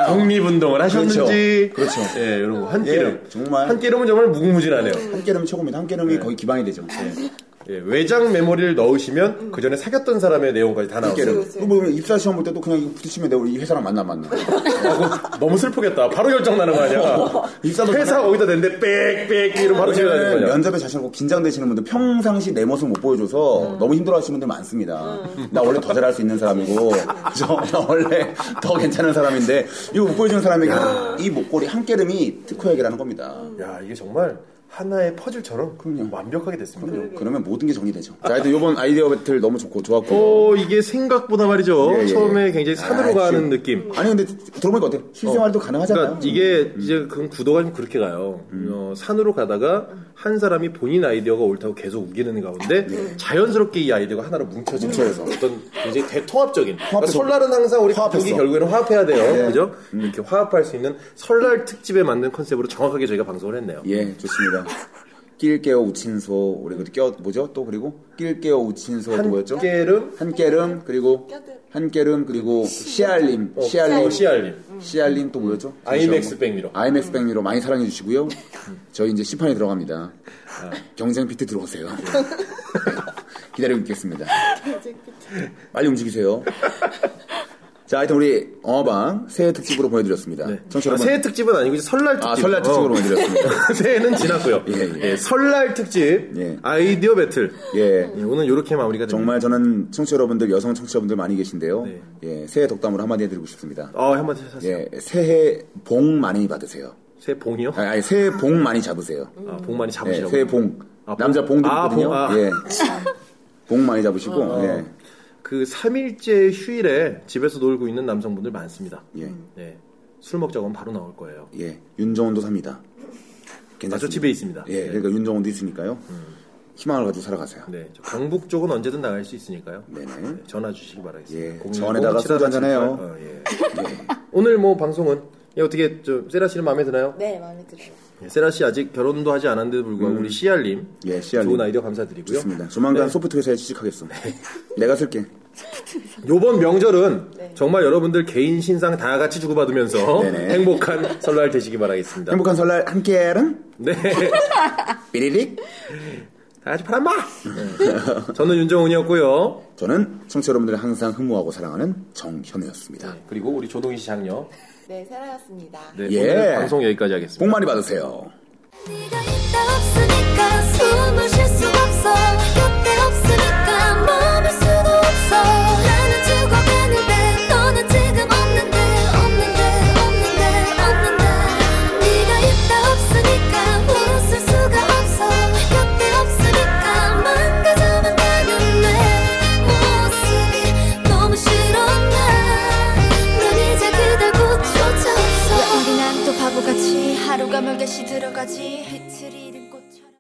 B: 독립운동을 하셨는지
A: 그렇죠. 그렇죠.
B: 예 이런 거 한끼름
A: 예, 정말.
B: 한끼름은 정말 무궁무진하네요.
A: 한 개름이 최고입니다. 한
B: 네.
A: 개름이 거의 기반이 되죠. 네.
B: 예, 외장 메모리를 넣으시면 그 전에 사귀었던 사람의 내용까지 다
A: 한 개름.
B: 나오고
C: 그렇지.
A: 그거 보면 뭐, 입사 시험 볼 때도 그냥 이거 부딪히면 내가 우리 회사랑 만나 만나.
B: 아, 너무 슬프겠다. 바로 결정 나는 거 아니야?
A: *laughs* 입사도
B: 회사
A: 전에-
B: 거기다 냈는데 빽빽 이런 바로 결정 나는
A: 요새는
B: 거야.
A: 면접에 자신하고 긴장되시는 분들 평상시 내 모습 못 보여줘서
B: 음.
A: 너무 힘들어하시는 분들 많습니다. 나 원래 더 잘할 수 있는
B: *laughs*
A: 사람이고, 저, 나 원래 더 괜찮은 사람인데 이거 못 보여주는 사람에게 이 목걸이 한 깨름이 특허약이라는 겁니다.
B: 야 이게 정말 하나의 퍼즐처럼
A: 그럼요.
B: 완벽하게 됐습니다.
A: 그러면 모든 게 정리되죠. 자, 하여튼 이번 아이디어 배틀 너무 좋고 좋았고.
B: 어 이게 생각보다 말이죠.
A: 예, 예, 예.
B: 처음에 굉장히 산으로
A: 아, 지금-
B: 가는 느낌.
A: 아니 근데 들어보니까 어때요? 실생활도 가능하잖아요.
B: 그러니까 이게 이제 그 구도가 좀 그렇게 가요.
A: 음.
B: 어, 산으로 가다가 한 사람이 본인 아이디어가 옳다고 계속 우기는
A: 아,
B: 가운데
A: 네.
B: 자연스럽게 이 아이디어가 하나로 뭉쳐지는
A: 뭉쳐져서.
B: 어떤 굉장히 대통합적인. 그러니까
A: 화합해서. 네. 음.
B: 설날은 항상 우리 가족이
A: 화합했어.
B: 결국에는 화합해야 돼요. 그죠? 이렇게 화합할 수 있는 설날 특집에 맞는 컨셉으로 정확하게 저희가 방송을 했네요.
A: 예, 좋습니다. 낄게요 우친소 우리 그 껴, 뭐죠? 또 그리고 낄게요 우친소 또 뭐였죠?
B: 한깨름
A: 한깨름 그리고
C: 껴들.
A: 한깨름 그리고 시알림 시알림 음.
B: 어, 시알림.
A: 시알림 또 뭐였죠?
B: 아이맥스 백미러.
A: 아이맥스 백미로 많이 사랑해 주시고요. 저희 이제 시판에 들어갑니다.
B: 아.
A: 경쟁 피트 들어오세요. *laughs* 기다리고 있겠습니다. 빨리 움직이세요. 자, 하여튼 우리 어방 새해 특집으로 보내드렸습니다. 청취자
B: 아,
A: 여러분,
B: 새해 특집은 아니고 이제 설날 특집.
A: 네, 아 설날 특집으로
B: 어.
A: 보내드렸습니다.
B: *laughs* 새해는 지났고요.
A: 예, 예.
B: 예, 설날 특집
A: 예.
B: 아이디어 배틀. *laughs*
A: 예.
B: 예, 오늘 이렇게 마무리가 됩니다.
A: 정말 저는 청취자 여러분들 여성 청취자분들 많이 계신데요.
B: 네.
A: 예, 새해 덕담으로 한마디 해드리고 싶습니다.
B: 어, 한번 하세요.
A: 예, 새해 복 많이 받으세요.
B: 새해 봉이요?
A: 아니, 아니, 새해 복 많이 잡으세요.
B: 아, 봉 많이
A: 예,
B: 잡으시라고.
A: 새해 봉.
B: 아, 봉.
A: 남자 봉도
B: 아,
A: 있거든요.
B: 봉, 아. *laughs* 어,
A: 예. 복 많이 잡으시고, 예.
B: 그 3일째 휴일에 집에서 놀고 있는 남성분들 많습니다.
A: 예.
B: 예. 술 먹자고 하면 바로 나올 거예요.
A: 예. 윤정원도 삽니다. 괜찮습니다.
B: 아, 저 집에 있습니다.
A: 예, 그러니까 윤정원도 있으니까요. 희망을 가지고 살아가세요.
B: 네. 저 경북 쪽은 언제든 나갈 수 있으니까요.
A: 네네.
B: 네, 전화 주시기 바라겠습니다.
A: 예,
B: 공일
A: 전에다가
B: 공칠하나
A: 소주 한잔 해요.
B: 칠팔. 어, 예. 오늘 뭐 방송은 예, 어떻게 저 세라 씨는 마음에 드나요?
C: 네, 마음에 들어요.
B: 예, 세라 씨 아직 결혼도 하지 않았는데도 불구하고 우리 씨알님
A: 음. 예, 씨알님.
B: 좋은 아이디어 감사드리고요.
A: 좋습니다. 조만간
B: 네.
A: 소프트 회사에 취직하겠어. 내가 쓸게.
B: 요번 명절은
C: 네.
B: 정말 여러분들 개인 신상 다 같이 *laughs* 주고받으면서
A: 네네.
B: 행복한 설날 되시기 바라겠습니다.
A: 행복한 설날 함께랑
B: 네.
A: *laughs* 삐리릭.
B: 다 같이 팔아마! 네. 저는 윤정훈이었고요.
A: 저는 청취자 여러분들을 항상 흠모하고 사랑하는 정현우였습니다.
B: 그리고 우리 조동희 씨 장녀.
C: 네, 사랑했습니다.
B: 네,
A: 예.
B: 오늘 방송 여기까지 하겠습니다.
A: 복 많이 받으세요.
E: 네가 있다 없으니까 숨을 쉴 수 없어 곁에 없으니까 머물 수도 없어 나는 죽어가는데 너는 지금 없는데 없는데 없는데 없는데 네가 있다 없으니까 웃을 수가 없어 곁에 없으니까 망가져만 가는 내 모습이 너무 싫어 난넌 이제 그댈 고쳐줬어 우리 난 또 바보같이 하루가 멀게 시들어가지 흐트리